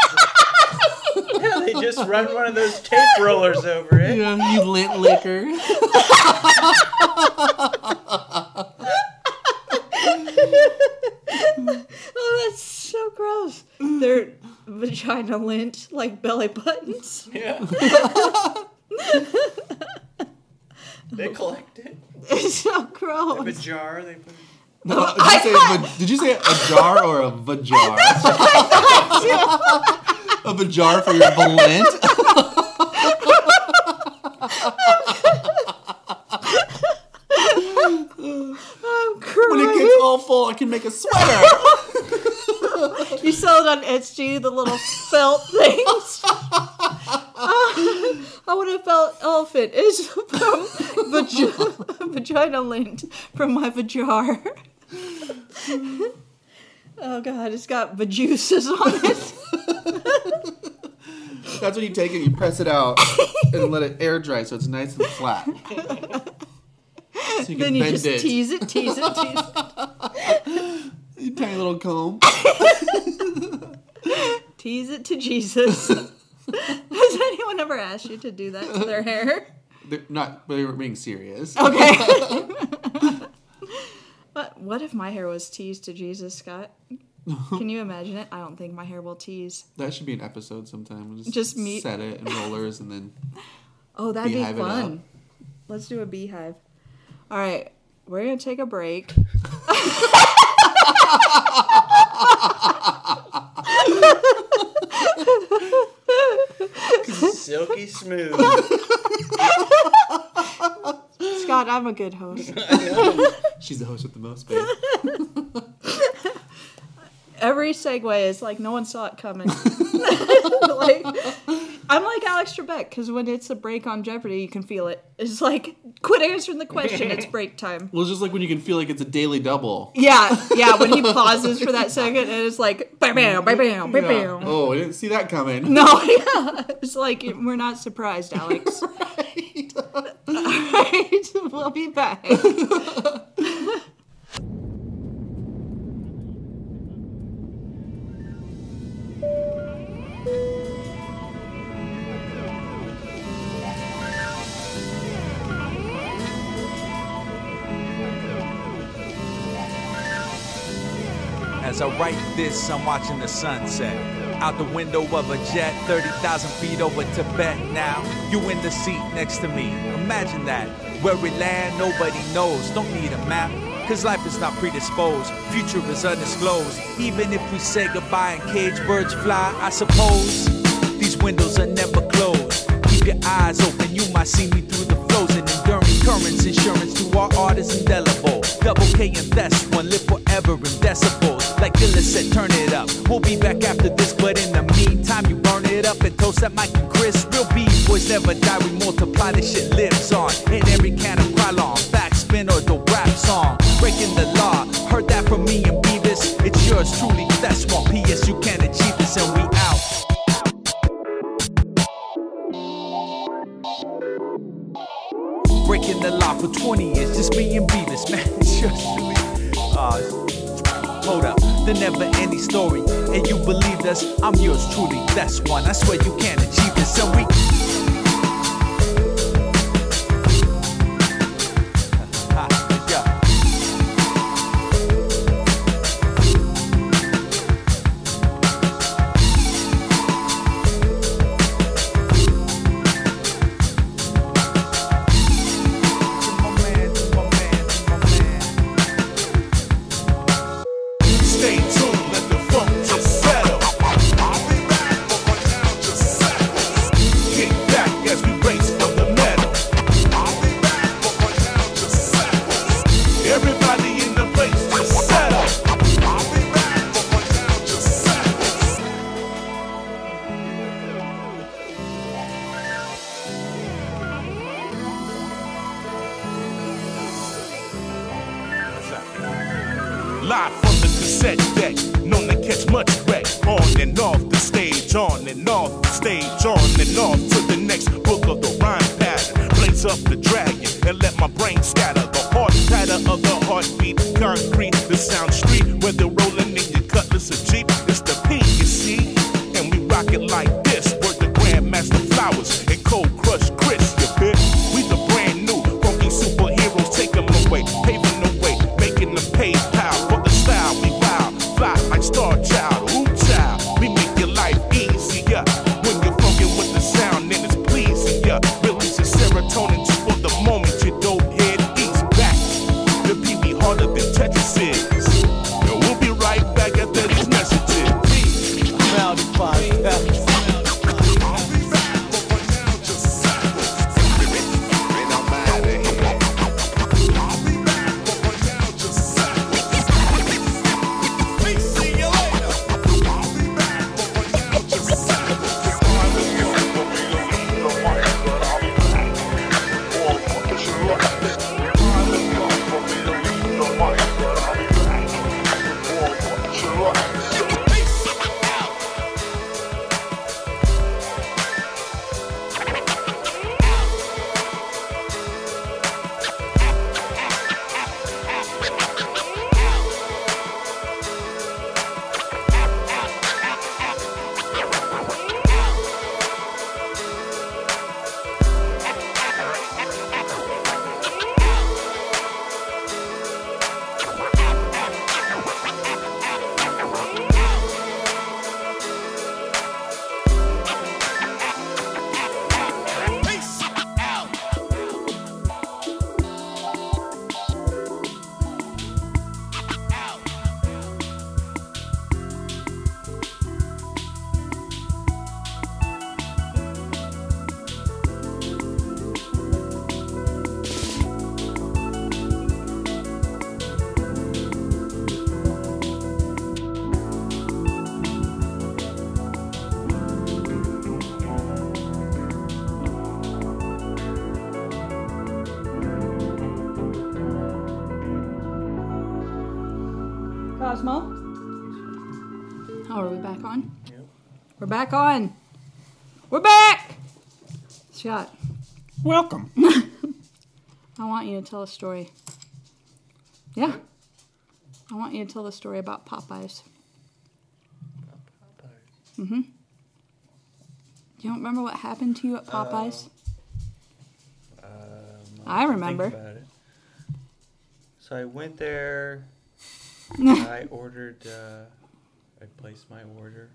S2: Yeah, they just run one of those tape rollers over it.
S3: Yeah, you lint licker.
S1: Oh, that's so gross. They're vagina lint, like belly buttons. <laughs>
S2: Yeah. they collect it.
S1: It's so
S2: They have a
S1: gross.
S2: jar. They put.
S3: No, did, you say a, did you say a jar or a
S1: <laughs>
S3: vajar? <laughs> a vajar for your
S1: <laughs>
S3: lint?
S1: I'm
S3: When it
S1: crying.
S3: gets all full, I can make a sweater.
S1: You sold on Etsy the little felt <laughs> things. I would have felt elephant is <laughs> from vagi- <laughs> vagina lint from my vajar. <laughs> oh god, it's got vajuices on it.
S3: That's when you take it, you press it out, and let it air dry so it's nice
S1: <laughs>
S3: and flat. So you
S1: then
S3: can
S1: you
S3: bend
S1: just
S3: it.
S1: tease it, tease it, tease <laughs> it,
S3: Tiny
S1: <laughs>
S3: little comb.
S1: tease it to Jesus. <laughs> Has anyone ever asked you to do that to their hair?
S3: They're not, they were being serious.
S1: Oh, Okay. but what if my hair was teased to Jesus, Scott? Can you imagine it? I don't think my hair will tease.
S3: That should be an episode sometime. We'll
S1: Just me-
S3: set it in rollers and then
S1: Oh, that'd
S3: Beehive
S1: be
S3: it up.
S1: fun. Let's do a beehive. All right, we're gonna take a break.
S2: Silky smooth.
S1: Scott, I'm a good host.
S3: <laughs> she's the host with the most, babe.
S1: Every segue is like no one saw it coming. <laughs> like I'm like Alex Trebek because when it's a break on Jeopardy, you can feel it. It's like quit answering the question. It's break time.
S3: <laughs> well, it's just like when you can feel like it's a daily double.
S1: Yeah, yeah. When he pauses for that second, and it's like bam, bam, bam, bam, bam,
S3: Yeah.
S1: bam.
S3: Oh, I didn't see that coming.
S1: No, <laughs> yeah. It's like we're not surprised,
S3: <laughs>
S1: Alex. right. <laughs> We'll be back.
S5: As I write this, I'm watching the sunset. Out the window of a jet, 30,000 feet over Tibet now. You in the seat next to me. Imagine that. Where we land, nobody knows. Don't need a map, cause life is not predisposed. Future is undisclosed. Even if we say goodbye and cage birds fly, I suppose. These windows are never closed. Keep your eyes open, you might see me through the flows and enduring currents. Insurance to our art is indelible. Double K and that's one live forever in decibels. Like Dilla said, turn it up. We'll be back after this, but in the meantime, you burn it up and toast that Mike and Chris. Real B boys never die, we multiply. This shit lives on in every can of Krylon, backspin or the rap song. Breaking the law, heard that from me and Beavis. It's yours truly, that's one PS. You can't achieve this, and we out. breaking the law for 20 years, just me and Beavis, man. <laughs> It's just really, uh, hold up, the never ending story. And you believed us, I'm yours truly, that's one. I swear you can't achieve this, and we. <laughs> Yeah.
S6: Live from the cassette deck, known to catch much wreck. On and off the stage, on and off the stage, on and off to the next book of the rhyme pattern. Blaze up the dragon and let my brain scatter. The heart patter of the heartbeat, concrete, the sound street. Whether rolling in your cutlass or jeep, it's the P, you see. And we rock it like this. Work the Grandmaster Flowers and Cold Crush Chris, you bitch. We the brand new, funky superheroes, take 'em away, paving the way, making them pay pal. For the style, we wild, fly like Star Child, Ooh, child. We make your life easier when you're fucking with the sound and it's pleasing ya. Releasing serotonin just for the moment, you dope head ease back. The PB harder than Tetris is. And we'll be right back after these messages.
S1: Cosmo? Oh, are we back on? We're back on. We're back! Scott,
S7: Welcome.
S1: <laughs> I want you to tell a story. Yeah. I want you to tell the story about Popeyes. You don't remember what happened to you at
S2: Uh,
S1: Popeyes? I
S2: Um, Think
S1: remember.
S2: about it. So I
S1: <laughs>
S2: went there. I ordered. Uh, I placed my order,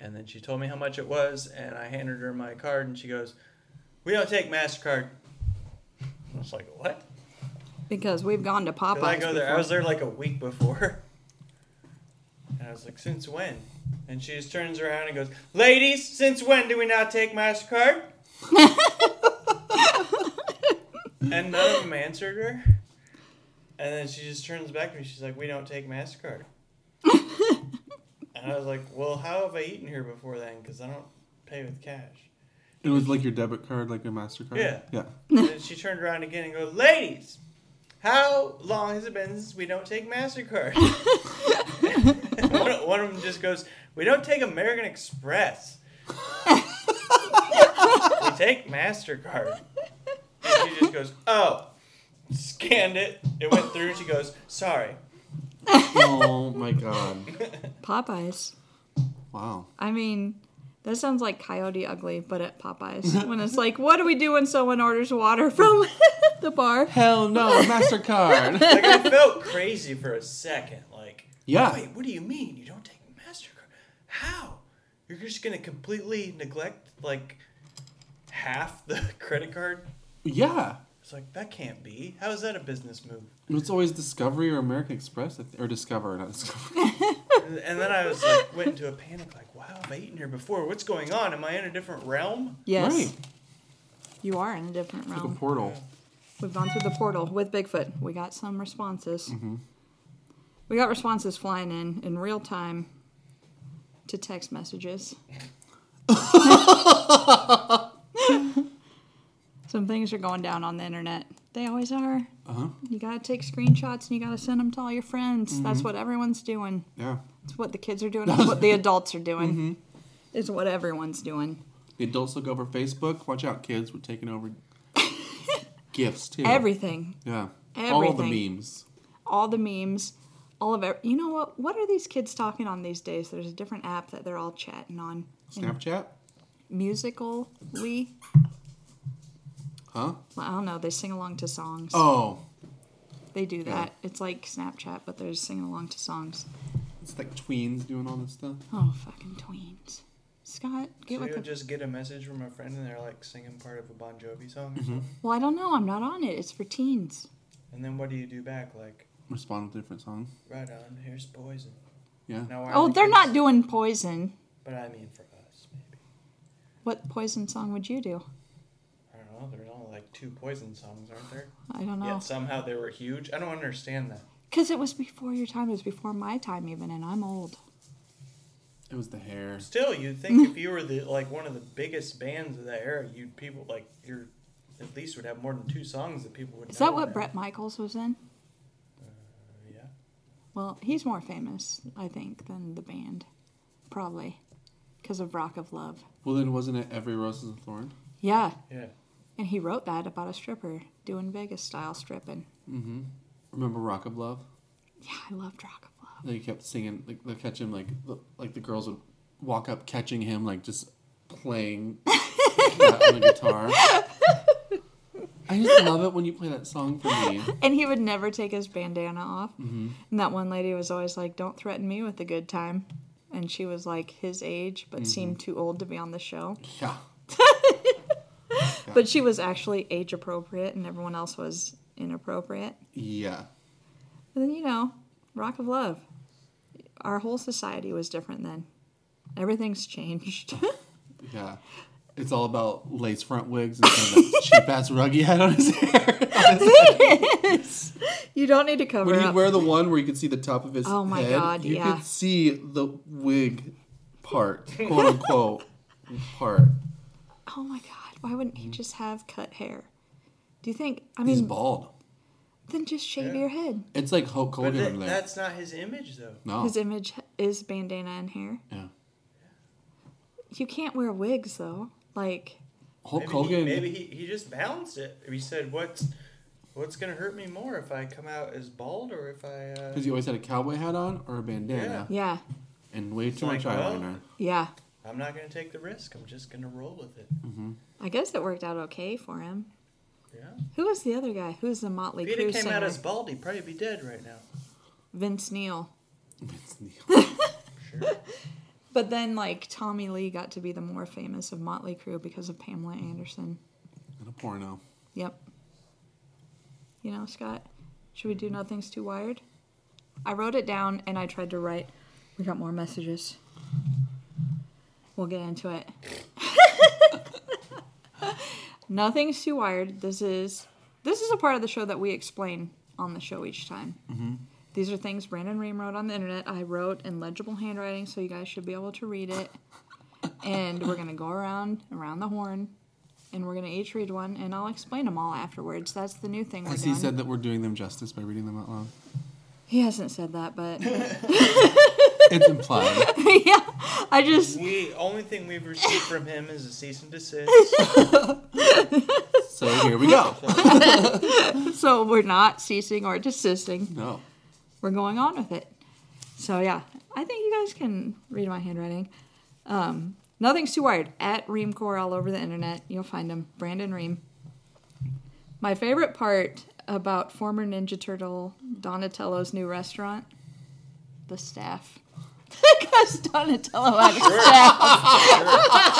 S2: and then she told me how much it was, and I handed her my card, and she goes, "We don't take Mastercard." I was like, "What?"
S1: Because we've gone to Popeyes.
S2: Did I go there? I
S1: before.
S2: was there like a week before. <laughs> And I was like, since when? And she just turns around and goes, Ladies, since when do we not take MasterCard? and none of them answered her. And then she just turns back to me. She's like, We don't take MasterCard. and I was like, Well, how have I eaten here before then? Because I don't pay with cash.
S7: It was like your debit card, like your MasterCard?
S2: Yeah.
S7: Yeah.
S2: And then she turned around again and goes, Ladies, how long has it been since we don't take MasterCard? one, of- one of them just goes, We don't take American Express. we take MasterCard. And she just goes, Oh. Scanned it. It went through. She goes, Sorry.
S3: oh my god. <laughs>
S1: Popeyes.
S7: Wow.
S1: I mean, that sounds like Coyote Ugly, but at
S2: <laughs>
S1: Popeyes. when it's like, what do we do when someone orders water from <laughs> the bar?
S3: Hell
S1: <laughs>
S3: no, MasterCard.
S2: Like, I felt crazy for a second. Like,
S3: yeah.
S2: Wait, what do you mean you don't take MasterCard? How? You're just gonna completely neglect like half the <laughs> credit card?
S7: Yeah.
S2: It's like that can't be. How is that a business move?
S7: It was always Discovery or American Express, I th- or Discover, not Discovery.
S2: And and then I was like went into a panic, like, wow, have I eaten here before? What's going on? Am I in a different realm?
S1: Yes. Um,
S7: Right.
S1: You are in a different
S7: Like a
S1: realm.
S7: portal.
S1: We've gone through the portal with Bigfoot. We got some responses. We got responses flying in in real time to text messages. some things are going down on the internet. They always are. You gotta take screenshots and you gotta send them to all your friends. That's what everyone's doing.
S3: Yeah.
S1: It's what the kids are doing. It's what the adults are doing. It's what everyone's doing.
S3: The adults look over Facebook. Watch out, kids. We're
S1: <laughs>
S3: taking over gifts too.
S1: Everything,
S3: Yeah. All the
S1: Everything.
S3: memes.
S1: all the memes, all of ev- you know what? What are these kids talking on these days? There's a different app that they're all chatting on.
S3: Snapchat?
S1: Musically,
S3: Huh?
S1: well, I don't know. They sing along to songs.
S3: Oh.
S1: They do that. It's like Snapchat, but they're singing along to songs.
S3: It's like tweens doing all this stuff.
S1: Oh, fucking tweens. Scott, get
S2: So
S1: with
S2: you'll
S1: the.
S2: just get a message from a friend and they're like singing part of a Bon Jovi song. or something.
S1: Well, I don't know. I'm not on it. It's for teens.
S2: And then what do you do back? Like,
S3: Respond with a different song.
S2: right on, here's Poison.
S3: Yeah.
S2: Now, why
S1: Oh,
S2: aren't
S1: they're
S2: you-
S1: not doing poison.
S2: But I mean for us, maybe.
S1: What poison song would you do?
S2: I don't know. There's only like two Poison songs, aren't there?
S1: I don't know.
S2: Yet somehow they were huge. I don't understand that.
S1: Because it was before your time. It was before my time, even, and I'm old.
S3: It was the hair.
S2: Still, you'd think if you were the like one of the biggest bands of that era, you'd people like your at least would have more than two songs that people would.
S1: Is
S2: know
S1: that what
S2: now.
S1: Brett Michaels was in?
S2: Yeah.
S1: Well, he's more famous, I think, than the band. Probably. Because of Rock of Love.
S3: Well, then wasn't it Every Rose is a Thorn?
S1: Yeah.
S2: Yeah.
S1: And he wrote that about a stripper doing Vegas style stripping.
S3: Remember Rock of Love?
S1: Yeah, I loved Rock of Love.
S3: They kept singing, like they catch him, like the, like the girls would walk up, catching him, like just playing <laughs> that on the guitar. I just love it when you play that song for me.
S1: And he would never take his bandana off. And that one lady was always like, Don't threaten me with a good time. And she was like his age, but seemed too old to be on the show.
S3: Yeah,
S1: But she was actually age appropriate, and everyone else was inappropriate.
S3: yeah.
S1: And then, you know, Rock of Love. Our whole society was different then. Everything's changed. <laughs>
S3: Yeah. It's all about lace front wigs and kind of cheap ass rug he had on his hair.
S1: you don't need to cover
S3: when
S1: up.
S3: he'd wear the one where you could see the top of his
S1: Oh my
S3: head,
S1: God,
S3: you
S1: yeah.
S3: could see the wig part, quote unquote part.
S1: oh my God, why wouldn't he just have cut hair? Do you think, I
S3: He's
S1: mean,
S3: bald.
S1: then just shave your head.
S3: It's like
S2: But
S3: Hulk Hogan
S2: that-
S3: over there.
S2: that's not his image though.
S3: no.
S1: His image is bandana and hair.
S3: Oh. yeah.
S1: You can't wear wigs though. Like,
S3: Hulk
S2: Maybe,
S3: Hogan.
S2: He, maybe he, he just balanced it. He said, "What's what's gonna hurt me more if I come out as bald or if I?" Uh,
S3: Because he always had a cowboy hat on or a bandana
S1: yeah,
S3: and way too
S2: like,
S3: much
S2: well- <laughs>
S3: eyeliner.
S1: yeah.
S2: I'm not gonna take the risk. I'm just gonna roll with it.
S1: I guess it worked out okay for him.
S2: Yeah.
S1: Who was the other guy? Who's the Motley
S2: If he
S1: Crue
S2: came out
S1: singer?
S2: as bald, he'd probably be dead right now.
S1: Vince Neil.
S3: Vince
S1: <laughs>
S3: Neil.
S1: But then, like, Tommy Lee got to be the more famous of Motley Crue because of Pamela Anderson.
S3: and a porno.
S1: Yep. You know, Scott, should we do Nothing's Too Wired? I wrote it down and I tried to write. We got more messages. We'll get into it. <laughs> Nothing's Too Wired. This is this is a part of the show that we explain on the show each time. These are things Brandon Ream wrote on the internet. I wrote in legible handwriting, so you guys should be able to read it. and we're gonna go around around the horn, and we're gonna each read one, and I'll explain them all afterwards. That's the new thing we're
S3: As
S1: doing.
S3: he said that we're doing them justice by reading them out loud.
S1: he hasn't said that, but <laughs>
S3: It's implied.
S1: yeah, I just
S2: We only thing we've received from him is a cease and desist.
S3: so here
S2: <laughs>
S3: we go.
S1: so we're not ceasing or desisting.
S3: No.
S1: We're going on with it. So yeah, I think you guys can read my handwriting. Um, nothing's too wired. At Reamcore all over the internet, you'll find him. Brandon Ream. My favorite part about former Ninja Turtle Donatello's new restaurant, the staff. <laughs> Because Donatello had a staff.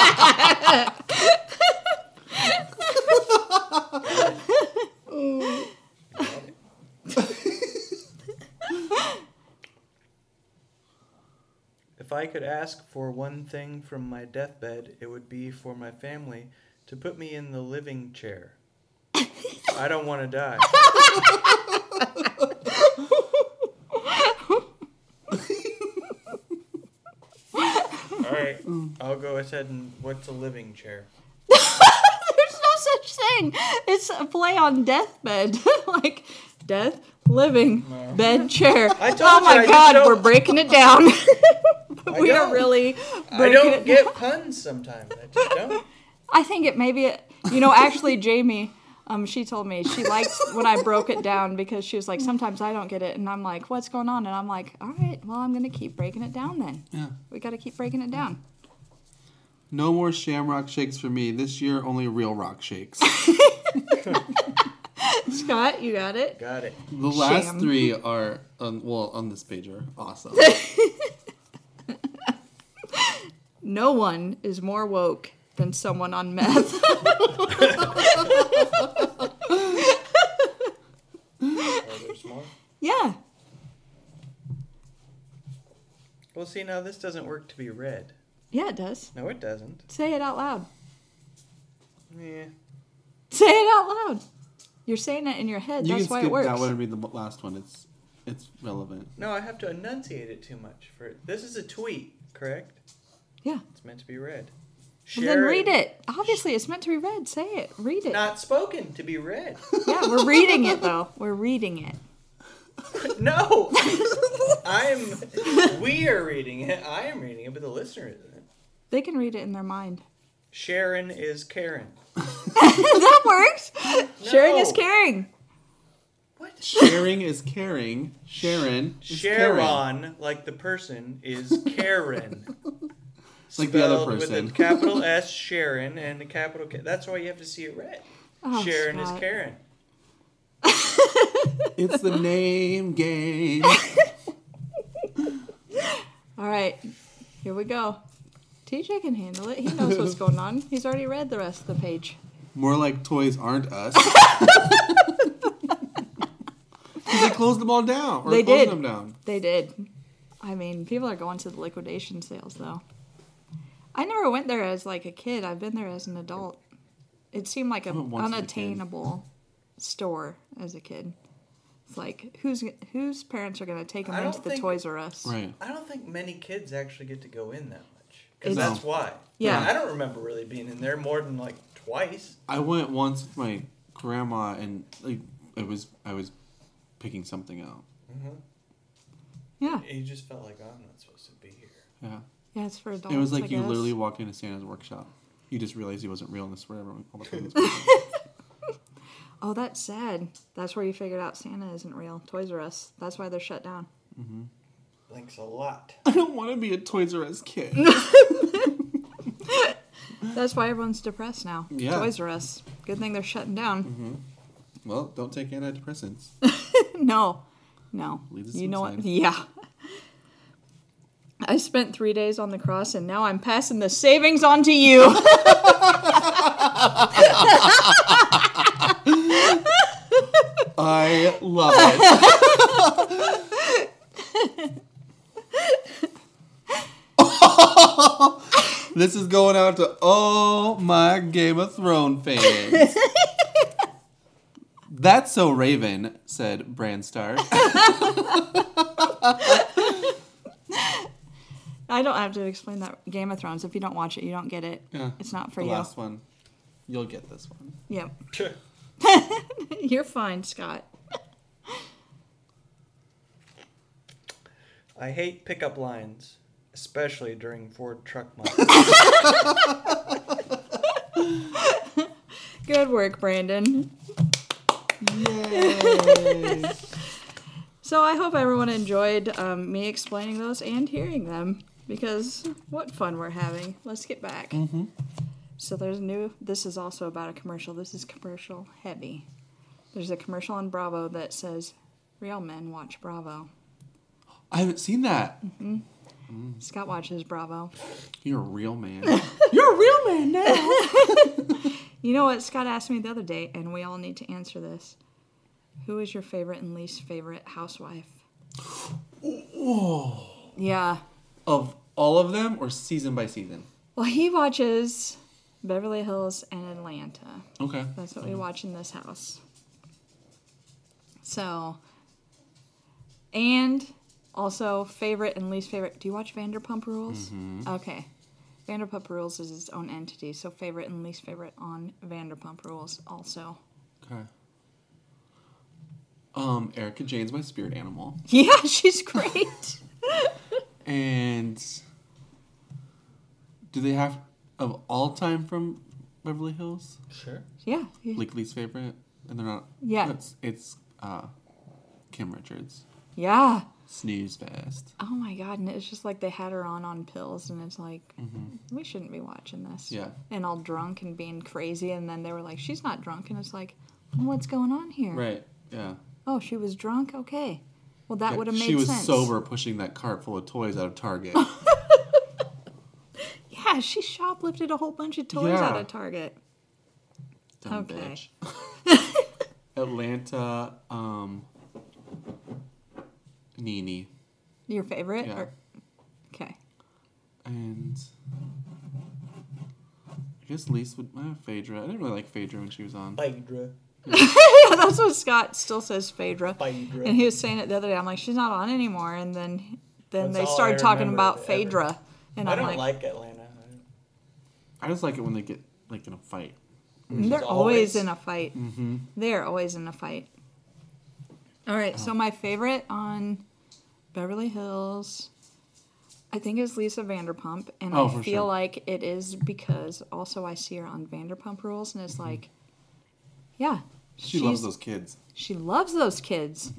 S2: If I could ask for one thing from my deathbed, it would be for my family to put me in the living chair. I don't want to die. All right, I'll go ahead and what's a living chair?
S1: There's no such thing. thing. It's a play on deathbed, <laughs> like death, living, bed, chair.
S2: <laughs> I told
S1: oh
S2: you, I
S1: my
S2: just
S1: God,
S2: don't-
S1: we're breaking it down. <laughs> we are
S2: don't-
S1: really
S2: I
S1: breaking
S2: don't
S1: it.
S2: get puns sometimes. I just don't.
S1: I think it maybe it, you know actually Jamie um, she told me she liked when I broke it down because she was like sometimes I don't get it and I'm like what's going on and I'm like all right well I'm gonna keep breaking it down then
S3: Yeah.
S1: we got to keep breaking it down <laughs>
S3: No more shamrock shakes for me. This year, only real rock shakes.
S1: Scott you got it
S2: Got it.
S1: <laughs>
S3: The last
S1: Sham.
S3: three are, on, well, on this page are awesome.
S1: no one is more woke than someone on meth
S2: Oh, there's more.
S1: yeah
S2: Well, see, now this doesn't work to be read.
S1: yeah it does
S2: No, it doesn't.
S1: say it out loud
S2: Yeah.
S1: say it out loud you're saying it in your head
S3: you
S1: that's
S3: can
S1: why
S3: skip
S1: it works
S3: that one and read the last one. It's it's
S1: <laughs>
S3: relevant.
S2: No, I have to enunciate it too much. For this is a tweet, correct?
S1: yeah
S2: It's meant to be read.
S1: well,
S2: Share
S1: then read it obviously it's meant to be read say it read it
S2: Not spoken to be
S1: <laughs>
S2: read.
S1: yeah we're reading it though we're reading it <laughs>
S2: no, I'm. We are reading it. I am reading it, but the listener isn't.
S1: They can read it in their
S3: <laughs>
S1: mind.
S2: Sharon is Karen.
S1: that works. Sharing is
S2: No.
S1: caring.
S2: What?
S3: Sharing is caring. Sharon. Is
S2: Sharon,
S3: Caring.
S2: like the person,
S1: <laughs>
S2: is Karen.
S3: Like the other
S2: Spelled
S3: person.
S2: With a capital S, Sharon, and a capital K. That's why you have to see it read.
S1: Oh,
S2: Sharon
S1: Scott.
S2: is Karen.
S3: It's the name
S1: <laughs>
S3: game.
S1: All right, here we go. TJ can handle it. He knows
S3: <laughs>
S1: what's going on. He's already read the rest of the page.
S3: More like toys
S1: <laughs>
S3: aren't us. 'Cause they closed them all down. Or
S1: They
S3: closed
S1: did.
S3: them down.
S1: They did. I mean, people are going to the liquidation sales though. I never went there as like a kid. I've been there as an adult. It seemed like
S3: went
S1: an
S3: once as a kid.
S1: unattainable store as a kid. It's like who's whose parents are going to take them
S2: I
S1: into
S2: don't
S1: the
S2: think-
S1: Toys R Us?
S3: Right.
S2: I don't think many kids actually get to go in that much. Because
S1: It's-
S2: that's why.
S1: Yeah.
S2: I don't remember really being in there more than like twice.
S3: I went once with my grandma and like it was I was picking something out.
S1: Yeah,
S2: You just felt like, oh, I'm not supposed to be here.
S3: Yeah.
S1: yeah, it's for adults.
S3: It was
S1: I
S3: like you
S1: Oh, guess.
S3: literally walked into Santa's workshop. You just realized he wasn't real and this where everyone all the time.
S1: <laughs> Oh, that's sad. That's where you figured out Santa isn't real. Toys R Us. That's why they're shut down.
S2: Thanks a lot. <laughs>
S3: I don't want to be a Toys R Us kid.
S1: That's why everyone's depressed now.
S3: Yeah. Mm-hmm.
S1: Toys R Us. Good thing they're shutting down.
S3: well, don't take antidepressants.
S1: <laughs> No, no.
S3: Leads to
S1: you know what? <laughs>
S3: suicide.
S1: Yeah. I spent three days on the cross, and now I'm passing the savings on to you.
S3: <laughs> I love it. <laughs> this is going out to all my Game of Thrones <laughs> fans. That's so Raven, said Bran <laughs> Stark.
S1: I don't have to explain that Game of Thrones. If you don't watch it, you don't get it.
S3: Yeah.
S1: It's not for
S3: the
S1: you.
S3: last one. You'll get this one.
S1: Yep. <laughs> You're fine, Scott.
S2: I hate pickup lines, especially during Ford Truck Month.
S1: <laughs> Good work, Brandon. <laughs> so I hope everyone enjoyed um, me explaining those and hearing them because what fun we're having. Let's get back. So there's a new. This is also about a commercial. This is commercial heavy. There's a commercial on Bravo that says, "Real men watch Bravo."
S3: I haven't seen that.
S1: Scott watches Bravo.
S3: You're a real man.
S1: You know what Scott asked me the other day, and we all need to answer this. Who is your favorite and least favorite housewife? Yeah.
S3: <laughs> of all of them or season by season?
S1: Well, he watches Beverly Hills and Atlanta.
S3: Okay.
S1: That's what we watch in this house. So, and also favorite and least favorite. Do you watch Vanderpump Rules? Okay. Vanderpump Rules is its own entity, so favorite and least favorite on Vanderpump Rules also.
S3: Okay. Um, Erica Jane's my spirit animal. <laughs>
S1: Yeah, she's great.
S3: And do they have of all time from Beverly Hills?
S8: Sure.
S1: yeah. yeah.
S3: Like least favorite? And they're not
S1: Yeah.
S3: It's it's uh Kim Richards.
S1: yeah.
S3: Snooze fest.
S1: Oh my god, and it's just like they had her on on pills, and it's like we shouldn't be watching this.
S3: Mm-hmm. Yeah.
S1: and all drunk and being crazy, and then they were like, "She's not drunk," and it's like, well, "What's going on here?"
S3: Right. Yeah.
S1: Oh, she was drunk. Okay, well that would have made
S3: she was
S1: sense.
S3: sober pushing that cart full of toys out
S1: <laughs>
S3: of Target.
S1: Yeah, she shoplifted a whole bunch of toys
S3: Yeah.
S1: out of Target.
S3: Dumb
S1: Okay. <laughs>
S3: bitch. Atlanta, um Nene.
S1: Your favorite?
S3: Yeah.
S1: Or- okay.
S3: And I guess least would uh, Phaedra. I didn't really like Phaedra when she was on.
S2: Phaedra.
S1: Yeah, that's what Scott still says, Phaedra. And he was saying it the other day. I'm like, she's not on anymore. And then, then
S2: That's
S1: they
S2: all I
S1: started talking
S2: remember
S1: about
S2: ever.
S1: Phaedra, and
S2: I
S1: I'm
S2: don't
S1: like,
S2: like Atlanta.
S3: I just like it when they get like in a fight.
S1: they're
S2: always-
S1: always in a fight. They're always in a fight. All right, so my favorite on Beverly Hills, I think is Lisa Vanderpump, and
S3: Oh,
S1: I
S3: for
S1: feel
S3: sure.
S1: like it is because also I see her on Vanderpump Rules, and it's like, yeah,
S3: She loves those kids.
S1: she loves those kids.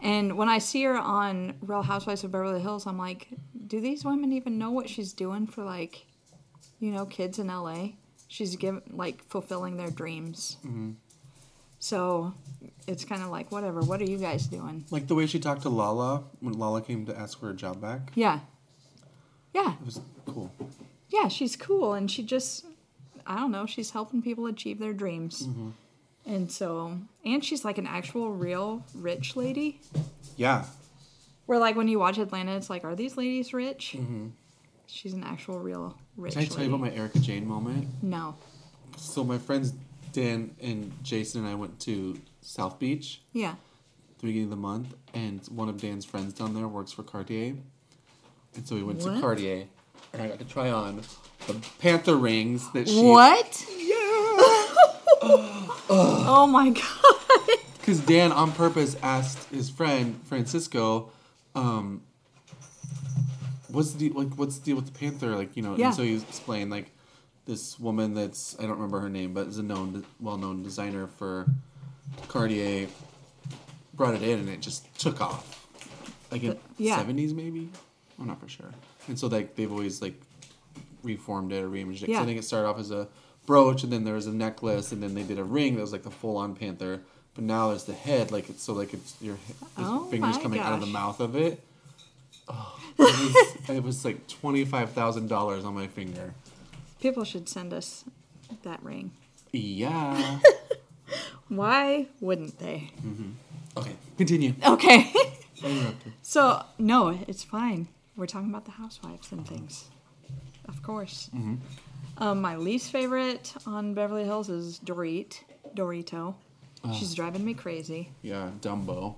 S1: And when I see her on Real Housewives of Beverly Hills, I'm like, do these women even know what she's doing for like, you know, kids in LA? She's giving like fulfilling their dreams. So it's kind of like whatever. What are you guys doing?
S3: Like the way she talked to Lala when Lala came to ask for her job back.
S1: Yeah, yeah,
S3: It was cool.
S1: yeah. She's cool, and she just, I don't know. She's helping people achieve their dreams. And so, and she's like an actual real rich lady.
S3: Yeah.
S1: Where like when you watch Atlanta, it's like, are these ladies rich? She's an actual real rich.
S3: Did I tell you about
S1: lady.
S3: my Erica Jane moment?
S1: No.
S3: So my friends Dan and Jason and I went to South Beach
S1: Yeah.
S3: at the beginning of the month, and one of Dan's friends down there works for Cartier, and so we went
S1: What?
S3: to Cartier, and I got to try on the Panther rings that she
S1: What? Yeah. <laughs> oh my god.
S3: Because Dan, on purpose, asked his friend Francisco, um, "What's the like? What's the deal with the Panther? Like, you know?"
S1: Yeah.
S3: And so he explained like this woman that's I don't remember her name, but is a known, well-known designer for Cartier. Brought it in, and it just took off, like in
S1: yeah.
S3: seventies maybe. I'm not for sure. And so like they've always like reformed it or reimaged it. 'Cause
S1: Yeah.
S3: I think it started off as a brooch, and then there was a necklace, and then they did a ring that was like the full-on panther. But now there's the head, like it's so like it's your h- there's
S1: Oh
S3: fingers
S1: my
S3: coming out of the
S1: gosh.
S3: mouth of
S1: <laughs>
S3: it. Oh, it, was, it was like twenty-five thousand dollars on my finger.
S1: People should send us that ring.
S3: Yeah.
S1: Why wouldn't they?
S3: okay,
S1: <laughs>
S3: continue.
S1: Okay.
S3: I interrupted.
S1: so no, it's fine. We're talking about the housewives and things. Of course.
S3: Mm-hmm.
S1: Um, my least favorite on Beverly Hills is Dorit. Dorito.
S3: Oh.
S1: She's driving me crazy.
S3: Yeah, Dumbo.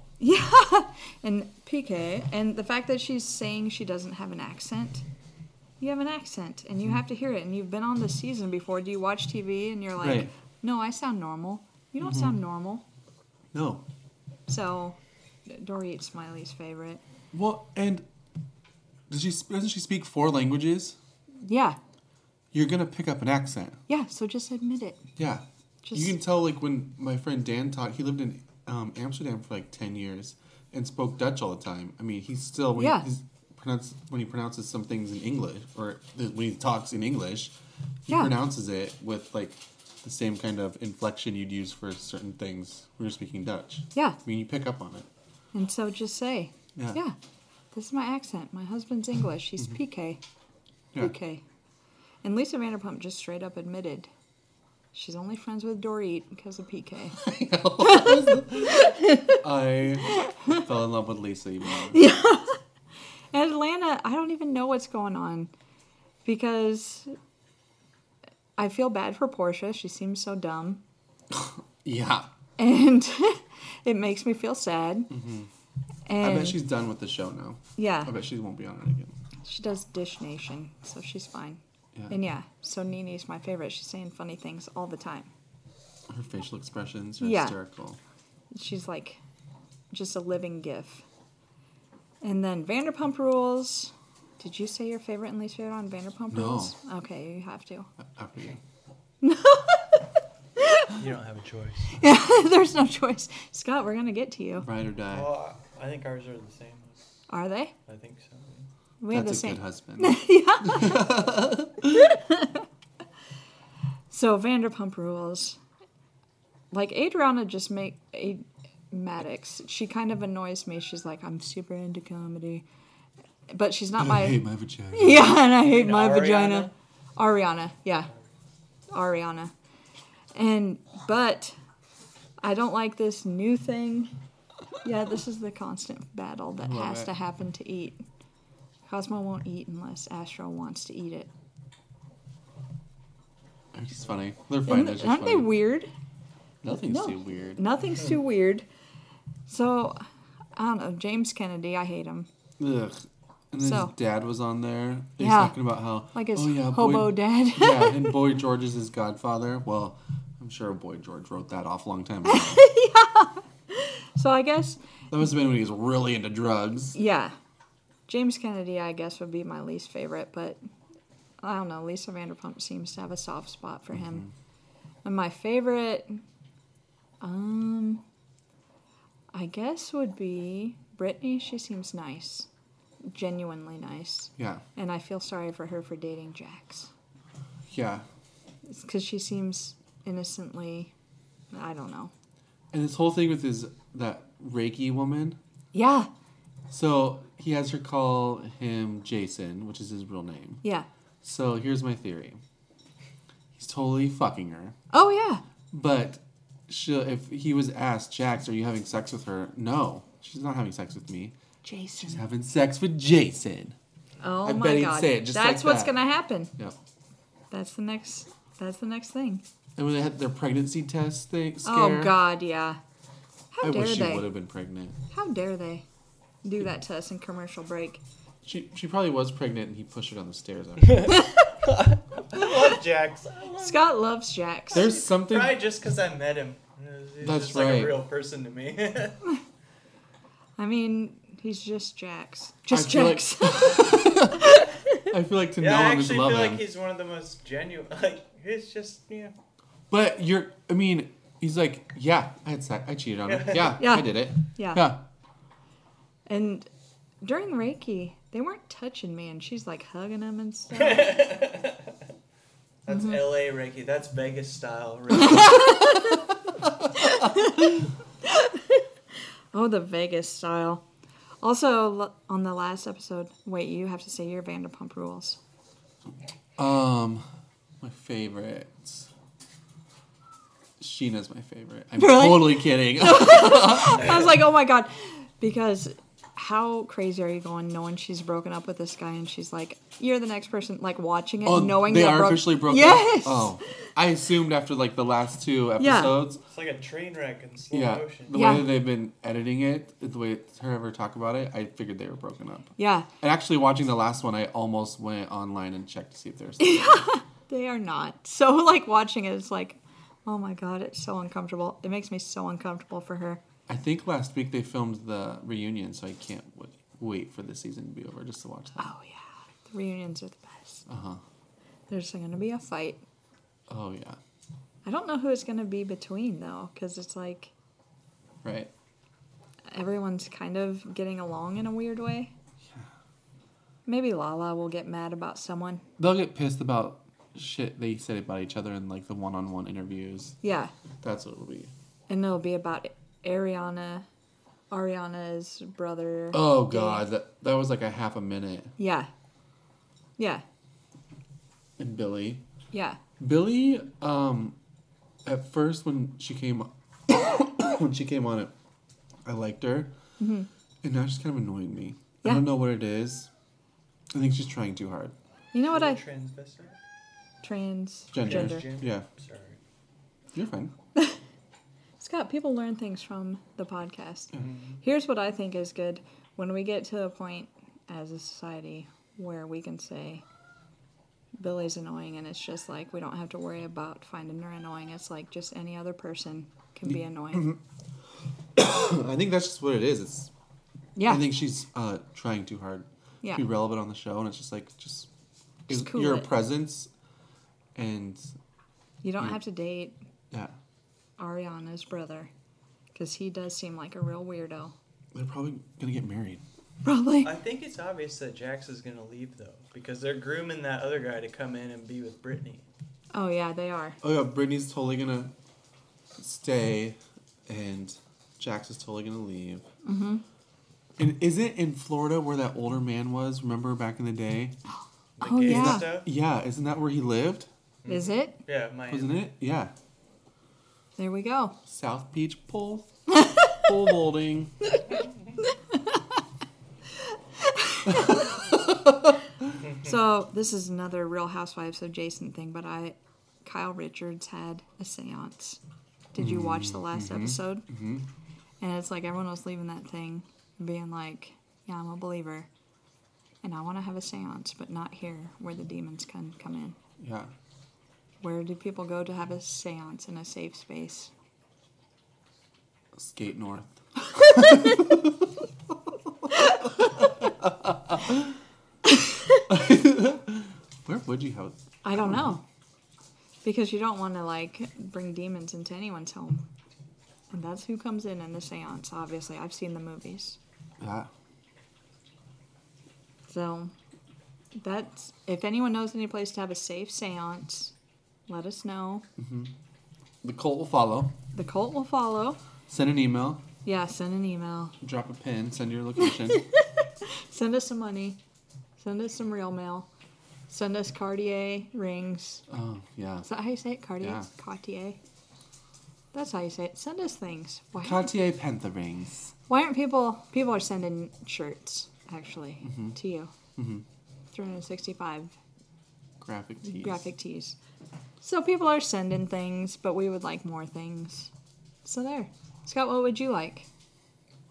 S1: and PK, and the fact that she's saying she doesn't have an accent. You have an accent, and you have to hear it. And you've been on the season before. Do you watch TV and you're like,
S3: Right. Mm-hmm.
S1: "No, I sound normal." You don't sound normal.
S3: No,
S1: So, Dory Smiley's favorite.
S3: well, and does she sp- doesn't she speak four languages?
S1: Yeah,
S3: You're gonna pick up an accent.
S1: yeah. So just admit it.
S3: Yeah.
S1: Just-
S3: you can tell, like, when my friend Dan taught, he lived in um, Amsterdam for like 10 years and spoke Dutch all the time. I mean, he's still, when,
S1: Yeah.
S3: he, he's pronounce, when he pronounces some things in English, or th- when he talks in English, he
S1: Yeah.
S3: pronounces it with like the same kind of inflection you'd use for certain things when you're speaking Dutch.
S1: Yeah.
S3: I mean, you pick up on it.
S1: And so just say,
S3: Yeah. Mm-hmm.
S1: "Yeah, this is my accent. My husband's English. He's PK,
S3: Yeah.
S1: PK." And Lisa Vanderpump just straight up admitted she's only friends with Dorit because of PK.
S3: I fell in love with Lisa even more.
S1: And Atlanta, I don't even know what's going on because I feel bad for Portia. She seems so dumb.
S3: Yeah.
S1: And <laughs> it makes me feel sad. And
S3: Mm-hmm. I bet she's done with the show now.
S1: yeah,
S3: I bet she won't be on it again.
S1: she does Dish Nation, so she's fine. And yeah, so Nini's my favorite. She's saying funny things all the time.
S3: Her facial expressions are
S1: Yeah.
S3: hysterical.
S1: She's like just a living gif. And then Vanderpump Rules. Did you say your favorite and least favorite on Vanderpump
S3: No.
S1: Rules? Okay, you have to.
S3: After you.
S2: You don't have a choice.
S1: <laughs> There's no choice. Scott, we're going to get to you.
S3: Ride or die.
S2: Well, I I think ours are the same.
S1: Are they?
S2: I think so.
S1: We have the
S3: That's a
S1: same.
S3: good
S1: <laughs>
S3: husband.
S1: So Vanderpump Rules, like Adriana just make a Maddox. She kind of annoys me. She's like, I'm super into comedy, but she's not
S3: <laughs> <laughs> I
S1: my
S3: hate my vagina.
S1: <laughs> yeah, and I hate
S2: And
S1: my
S2: Ariana?
S1: vagina. Ariana, yeah, Ariana, and but I don't like this new thing. Yeah, this is the constant battle that
S3: Love
S1: has
S3: it.
S1: to happen to eat. Cosmo won't eat unless Astro wants to eat it.
S3: It's just funny. They're fine.
S1: Isn't-
S3: They're just
S1: Aren't they
S3: funny.
S1: weird?
S3: Nothing's
S1: No.
S3: too weird.
S1: Nothing's too weird. So, I don't know. James Kennedy, I hate him.
S3: Ugh. And then
S1: So-
S3: his dad was on there. He's
S1: Yeah.
S3: talking about how
S1: Like his
S3: oh, yeah,
S1: hobo
S3: boy,
S1: dad.
S3: <laughs>
S1: <laughs>
S3: yeah, and Boy George is his godfather. Well, I'm sure Boy George wrote that off a long
S1: <laughs>
S3: time ago.
S1: so, I guess,
S3: that must have been when he was really into drugs.
S1: yeah. James Kennedy, I guess, would be my least favorite, but I don't know. Lisa Vanderpump seems to have a soft spot for him.
S3: Mm-hmm.
S1: And my favorite, um, I guess, would be Brittany. She seems nice, genuinely nice.
S3: Yeah,
S1: And I feel sorry for her for dating Jax.
S3: yeah.
S1: because she seems innocently i don't know
S3: And this whole thing with his that Reiki woman.
S1: yeah
S3: So he has her call him Jason, which is his real name.
S1: yeah
S3: So here's my theory. He's totally fucking her.
S1: oh yeah
S3: But she, if he was asked, Jax, are you having sex with her? No, she's not having sex with me.
S1: jason
S3: She's having sex with Jason.
S1: oh
S3: I
S1: my
S3: bet he'd
S1: god
S3: say it just
S1: that's
S3: like
S1: what's
S3: that.
S1: gonna happen
S3: Yep.
S1: that's the next that's the next thing
S3: And when they had their pregnancy test thing, scare,
S1: oh god yeah how
S3: I
S1: dare
S3: wish she would
S1: they
S3: have been pregnant.
S1: how dare they do that to us in commercial break
S3: She she probably was pregnant, and he pushed her down the
S2: <laughs>
S3: stairs. After.
S2: Love Jax.
S1: scott loves jax
S3: There's something.
S2: Probably just because I met him. He's
S3: That's
S2: just like
S3: right.
S2: a real person to me. <laughs>
S1: i mean he's just jax just
S3: feel like-
S1: jax
S3: I feel like to
S2: yeah,
S3: know
S2: I
S3: him is
S2: actually
S3: love
S2: feel like
S3: him.
S2: he's one of the most genuine. <laughs> Like he's just yeah.
S3: But you're. I mean, he's like, yeah, I had sex. I
S2: <laughs>
S3: cheated on her. Yeah,
S1: Yeah.
S3: I did it.
S1: <laughs> yeah.
S3: Yeah.
S1: and during reiki they weren't touching me and she's like hugging him and stuff
S2: That's
S1: Mm-hmm.
S2: L.A. Reiki. That's Vegas
S3: <laughs>
S2: style. Reiki.
S1: Oh, the Vegas style. Also, l- on the last episode, wait, you have to say your Vanderpump rules.
S3: Um, my favorites. Sheena's my favorite. I'm
S1: Really?
S3: totally
S1: <laughs>
S3: kidding.
S1: I was like, oh my god, because how crazy are you going knowing she's broken up with this guy and she's like, you're the next person, like watching it,
S3: Oh,
S1: and knowing
S3: they
S1: that
S3: are
S1: broke-
S3: officially broken.
S1: Yes.
S3: Oh, I assumed after like the last two
S1: Yeah.
S3: episodes.
S2: it's like a train wreck in slow
S3: Yeah.
S2: motion.
S3: The
S1: Yeah.
S3: way that they've been editing it, the way her ever talk about it, I figured they were broken up.
S1: Yeah,
S3: And actually, watching the last one, I almost went online and checked to see if there's.
S1: <laughs>
S3: Yeah.
S1: they are not. <laughs> So like watching it, it's like, oh my god, it's so uncomfortable. It makes me so uncomfortable for her.
S3: I think last week they filmed the reunion, so I can't w- wait for the season to be over just to watch that.
S1: Oh yeah, the reunions are the best. Uh huh.
S3: Uh-huh.
S1: There's gonna be a fight.
S3: Oh yeah,
S1: I don't know who it's gonna be between though, because it's like.
S3: right.
S1: everyone's kind of getting along in a weird way. Maybe Lala will get mad about someone.
S3: They'll get pissed about shit they said about each other in like the one-on-one interviews.
S1: Yeah.
S3: That's what it'll be.
S1: And it'll be about Ariana Ariana's brother.
S3: Oh
S1: Dave.
S3: god, that that was like a half a minute.
S1: Yeah. Yeah.
S3: And Billy.
S1: Yeah.
S3: Billy, um, at first when she came, <coughs> when she came on it, I liked her, and now she's kind of annoying me. I
S1: Yeah.
S3: don't know what it is. I think she's trying too hard.
S1: You know what I
S2: Transvestite.
S1: transgender.
S3: Gender.
S2: Gender.
S3: Yeah,
S2: Sorry.
S3: you're fine.
S1: Scott, people learn things from the podcast.
S2: Mm-hmm.
S1: Here's what I think is good when we get to a point as a society where we can say Billy's annoying, and it's just like we don't have to worry about finding her annoying. It's like just any other person can
S2: Mm-hmm.
S1: be annoying.
S3: <coughs> I think that's just what it is. It's
S1: Yeah,
S3: I think she's uh, trying too hard
S1: Yeah.
S3: to be relevant on the show, and it's just like just, is
S1: cool
S3: your
S1: it.
S3: presence, and
S1: you don't have to date
S3: yeah,
S1: Ariana's brother because he does seem like a real weirdo.
S3: they're probably gonna get married.
S1: Probably.
S2: I think it's obvious that Jax is gonna leave though, because they're grooming that other guy to come in and be with Brittany.
S1: Oh yeah, they are.
S3: Oh yeah, Brittany's totally gonna stay, and Jax is totally gonna leave. Mm-hmm. And is it in Florida where that older man was? Remember back in the day?
S2: The
S1: Oh,
S2: gay
S1: yeah.
S2: stuff.
S3: Yeah, isn't that where he lived?
S1: Is it?
S2: Yeah, my
S3: Wasn't it? Yeah,
S1: There we go.
S3: South Beach
S1: <laughs>
S3: pole, pole vaulting.
S1: So this is another Real Housewives of Jason thing, but I, Kyle Richards had a séance. Did you watch the last episode? Mm-hmm. And it's like everyone was leaving that thing, being like, "Yeah, I'm a believer, and I want to have a séance, but not here where the demons can come in.
S3: Yeah,
S1: Where do people go to have a séance in a safe space?
S3: skate north. Where would you have?
S1: I don't know, because you don't want to like bring demons into anyone's home, and that's who comes in in the séance. Obviously, I've seen the movies.
S3: Yeah.
S1: So that's if anyone knows any place to have a safe séance, let us know.
S3: The cult will follow.
S1: The cult will follow.
S3: Send an email.
S1: Yeah, send an email.
S3: Drop a pin. Send your
S1: <laughs>
S3: location.
S1: Send us some money. Send us some real mail. Send us Cartier rings.
S3: oh yeah.
S1: Is that how you say it? Cartier?
S3: Yeah.
S1: Cartier. That's how you say it. Send us things. Why,
S3: Cartier Panther rings.
S1: why aren't people people are sending shirts actually to you? 365
S3: Graphic tees.
S1: graphic tees. So people are sending things, but we would like more things. So there. Scott, what would you like?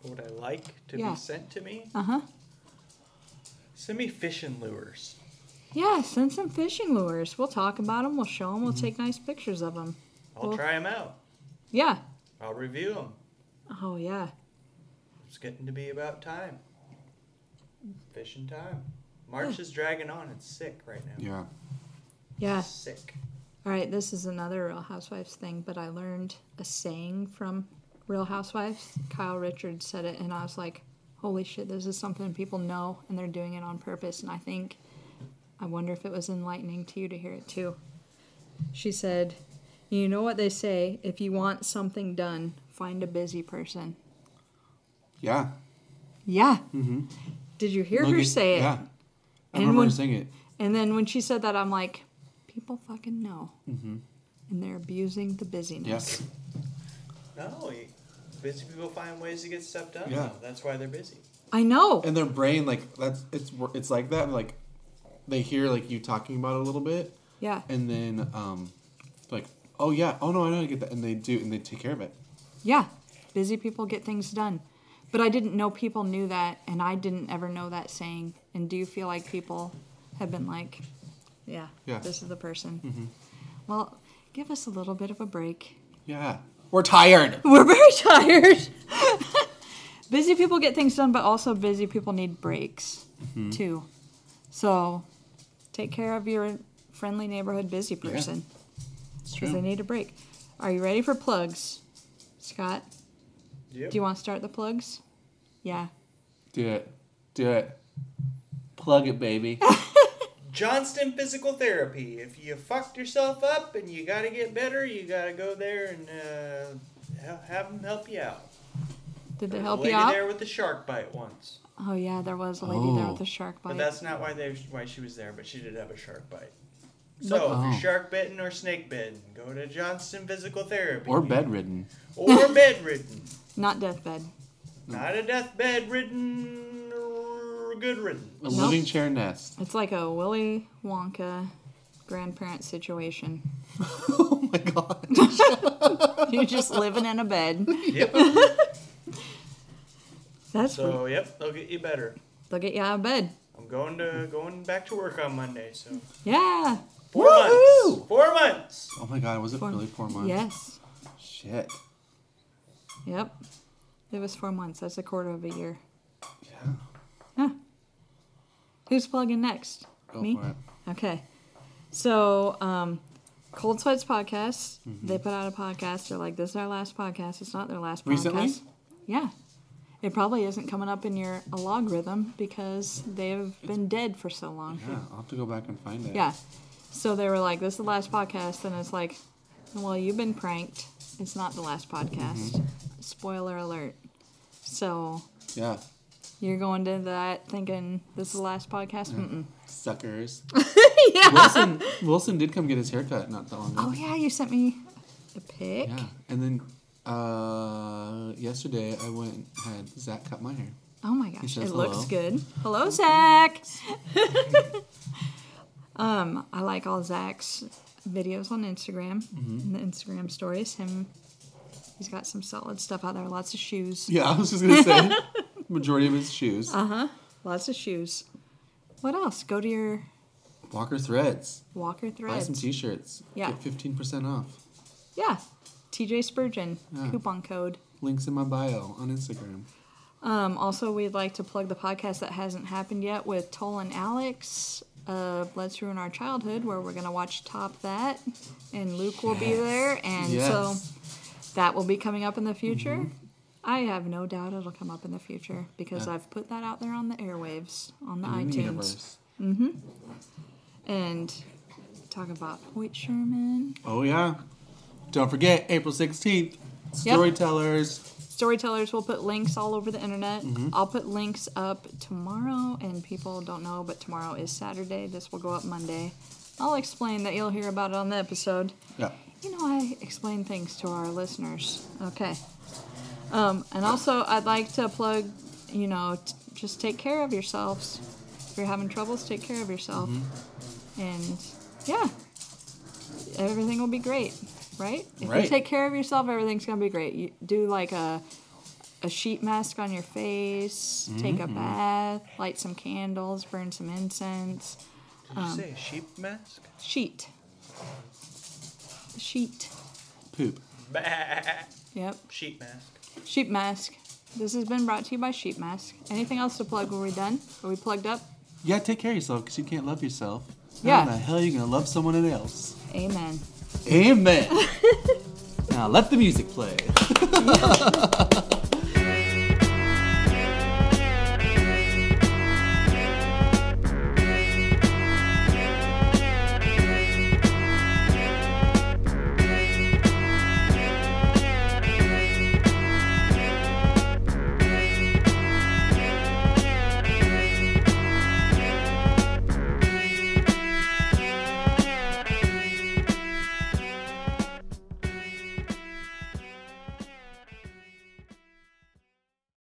S2: would I like to
S1: Yeah.
S2: be sent to me?
S1: Uh huh.
S2: Send me fishing lures.
S1: Yeah, send some fishing lures. We'll talk about them. We'll show them. We'll take nice pictures of them.
S2: I'll
S1: Well-
S2: try them out.
S1: Yeah.
S2: I'll review them.
S1: Oh, yeah.
S2: It's getting to be about time. Fishing time. March is dragging on. It's sick right now.
S3: Yeah.
S1: Yeah.
S2: Sick.
S1: All right, this is another Real Housewives thing, but I learned a saying from Real Housewives. Kyle Richards said it, and I was like, holy shit, this is something people know, and they're doing it on purpose. And I think, I wonder if it was enlightening to you to hear it too. She said, You know what they say, if you want something done, find a busy person.
S3: Yeah.
S1: Yeah. Did you hear her
S3: Logan-
S1: say it?
S3: Mm-hmm. Yeah. I
S1: And
S3: remember
S1: when-
S3: her saying it.
S1: And then when she said that, I'm like, people fucking know.
S3: Mm-hmm.
S1: And they're abusing the busyness.
S3: Yes.
S2: No, you- busy people find ways to get stuff done.
S3: Yeah.
S2: though. That's why they're busy.
S1: I know.
S3: and their brain like that's it's wor- it's like that like they hear like you talking about it a little bit
S1: yeah.
S3: and then um like oh yeah oh no i know how to get that and they do and they take care of it
S1: Yeah, busy people get things done. But I didn't know people knew that, and I didn't ever know that saying. And do you feel like people have been like, yeah,
S3: Yeah. Mm-hmm.
S1: this is the person? Well, give us a little bit of a break. <laughs>
S3: yeah we're tired
S1: We're very tired. <laughs> busy people get things done, but also busy people need breaks
S3: Mm-hmm.
S1: too. So take care of your friendly neighborhood busy person
S3: it's
S1: because they
S3: true
S1: need a break. Are you ready for plugs, Scott?
S2: Yep.
S1: Do you want to start the plugs? Yeah.
S9: Do it. Do it. Plug it, baby.
S2: Johnston Physical Therapy. If you fucked yourself up and you got to get better, you got to go there and uh, ha- have them help you out.
S1: Did they help
S2: lady
S1: you out?
S2: there with the shark bite once,
S1: Oh yeah, there was a lady there
S3: Oh.
S1: with a shark
S2: but
S1: bite.
S2: that's not why they why she was there. But she did have a shark bite. So if
S3: Oh.
S2: you're shark bitten or snake bitten, go to Johnston Physical Therapy
S3: or bedridden
S2: <laughs> or bedridden,
S1: Not deathbed.
S2: not a deathbed ridden, or good ridden.
S3: a living chair nest
S1: It's like a Willy Wonka grandparent
S3: <laughs>
S1: situation.
S3: <laughs> oh my <laughs> god
S1: You're just living in a
S3: <laughs>
S1: bed.
S2: Yep.
S1: That's <laughs>
S2: So yep, they'll get you better.
S1: they'll get you out of bed.
S2: I'm I'm going to going back to work on Monday. So
S1: Yeah.
S2: 4 months. Four months.
S3: Oh my god, was it
S1: Four-
S3: really four months?
S1: Yes.
S3: Shit.
S1: Yep. It was four months. That's a quarter of a year.
S3: Yeah.
S1: Huh. Who's plugging next?
S3: Go
S1: Me?
S3: for it.
S1: Okay. So, um, Cold Sweats podcast.
S3: Mm-hmm.
S1: They put out a podcast. They're like, "This is our last podcast." It's not their last
S3: Recently?
S1: podcast. Yeah. It probably isn't coming up in your a logarithm because they've been dead for so long.
S3: Yeah, I'll have to go back and find it.
S1: Yeah. So they were like, "This is the last podcast," and it's like, "Well, you've been pranked. It's not the last podcast."
S3: Mm-hmm.
S1: Spoiler alert. So
S3: Yeah.
S1: you're going to that thinking this is the last podcast. Mm-mm.
S3: Suckers.
S1: <laughs> yeah.
S3: Wilson Wilson did come get his haircut not that long ago.
S1: Oh yeah, you sent me a pic.
S3: Yeah. And then uh yesterday I went and had Zach cut my hair.
S1: Oh my gosh,
S3: says
S1: it looks
S3: hello.
S1: good. Hello, Zach. <laughs> um, I like all Zach's videos on Instagram
S3: Mm-hmm.
S1: and the Instagram stories. Him, he's got some solid stuff out there. Lots of shoes.
S3: Yeah, I was just
S1: <laughs>
S3: gonna say majority of his shoes.
S1: Uh-huh. Lots of shoes. What else? Go to your
S3: Walker threads.
S1: Walker
S3: Buy some
S1: Threads.
S3: t-shirts.
S1: Yeah.
S3: Get fifteen percent off.
S1: yeah, TJ Spurgeon coupon code.
S3: Links in my bio on Instagram.
S1: Um, also, we'd like to plug the podcast that hasn't happened yet with Toll and Alex uh, of Let's Ruin Our Childhood, where we're going to watch Top That, and Luke will be there. And
S3: Yes. Mm-hmm.
S1: so that will be coming up in the future. I have no doubt it'll come up in the future because
S3: Yeah.
S1: I've put that out there on the airwaves, on the
S3: In
S1: iTunes.
S3: the universe.
S1: And talk about Hoyt Sherman,
S3: Oh yeah. Don't forget April sixteenth.
S1: Yep.
S3: Storytellers.
S1: storytellers will put links all over the internet. I'll put links up tomorrow, and people don't know, but tomorrow is Saturday. This will go up Monday. I'll explain that you'll hear about it on the episode.
S3: Yeah.
S1: You know, I explain things to our listeners. Okay. Um, and also, I'd like to plug, you know, t- just take care of yourselves. If you're having troubles, take care of yourself. And yeah, everything will be great, right? If you
S3: Right.
S1: take care of yourself, everything's going to be great. You do like a, a sheet mask on your face, take a bath, light some candles, burn some incense.
S2: Did you say a sheep mask?
S1: Sheet. Sheet.
S3: Poop.
S2: Bah.
S1: Yep.
S2: <laughs> Sheep mask.
S1: Sheep Mask. This has been brought to you by Sheep Mask. Anything else to plug? Were we done? Are we plugged up?
S3: Yeah, take care of yourself because you can't love yourself.
S1: Yeah.
S3: How the hell are you gonna love someone else?
S1: Amen. <laughs>
S3: Amen. now let the music play.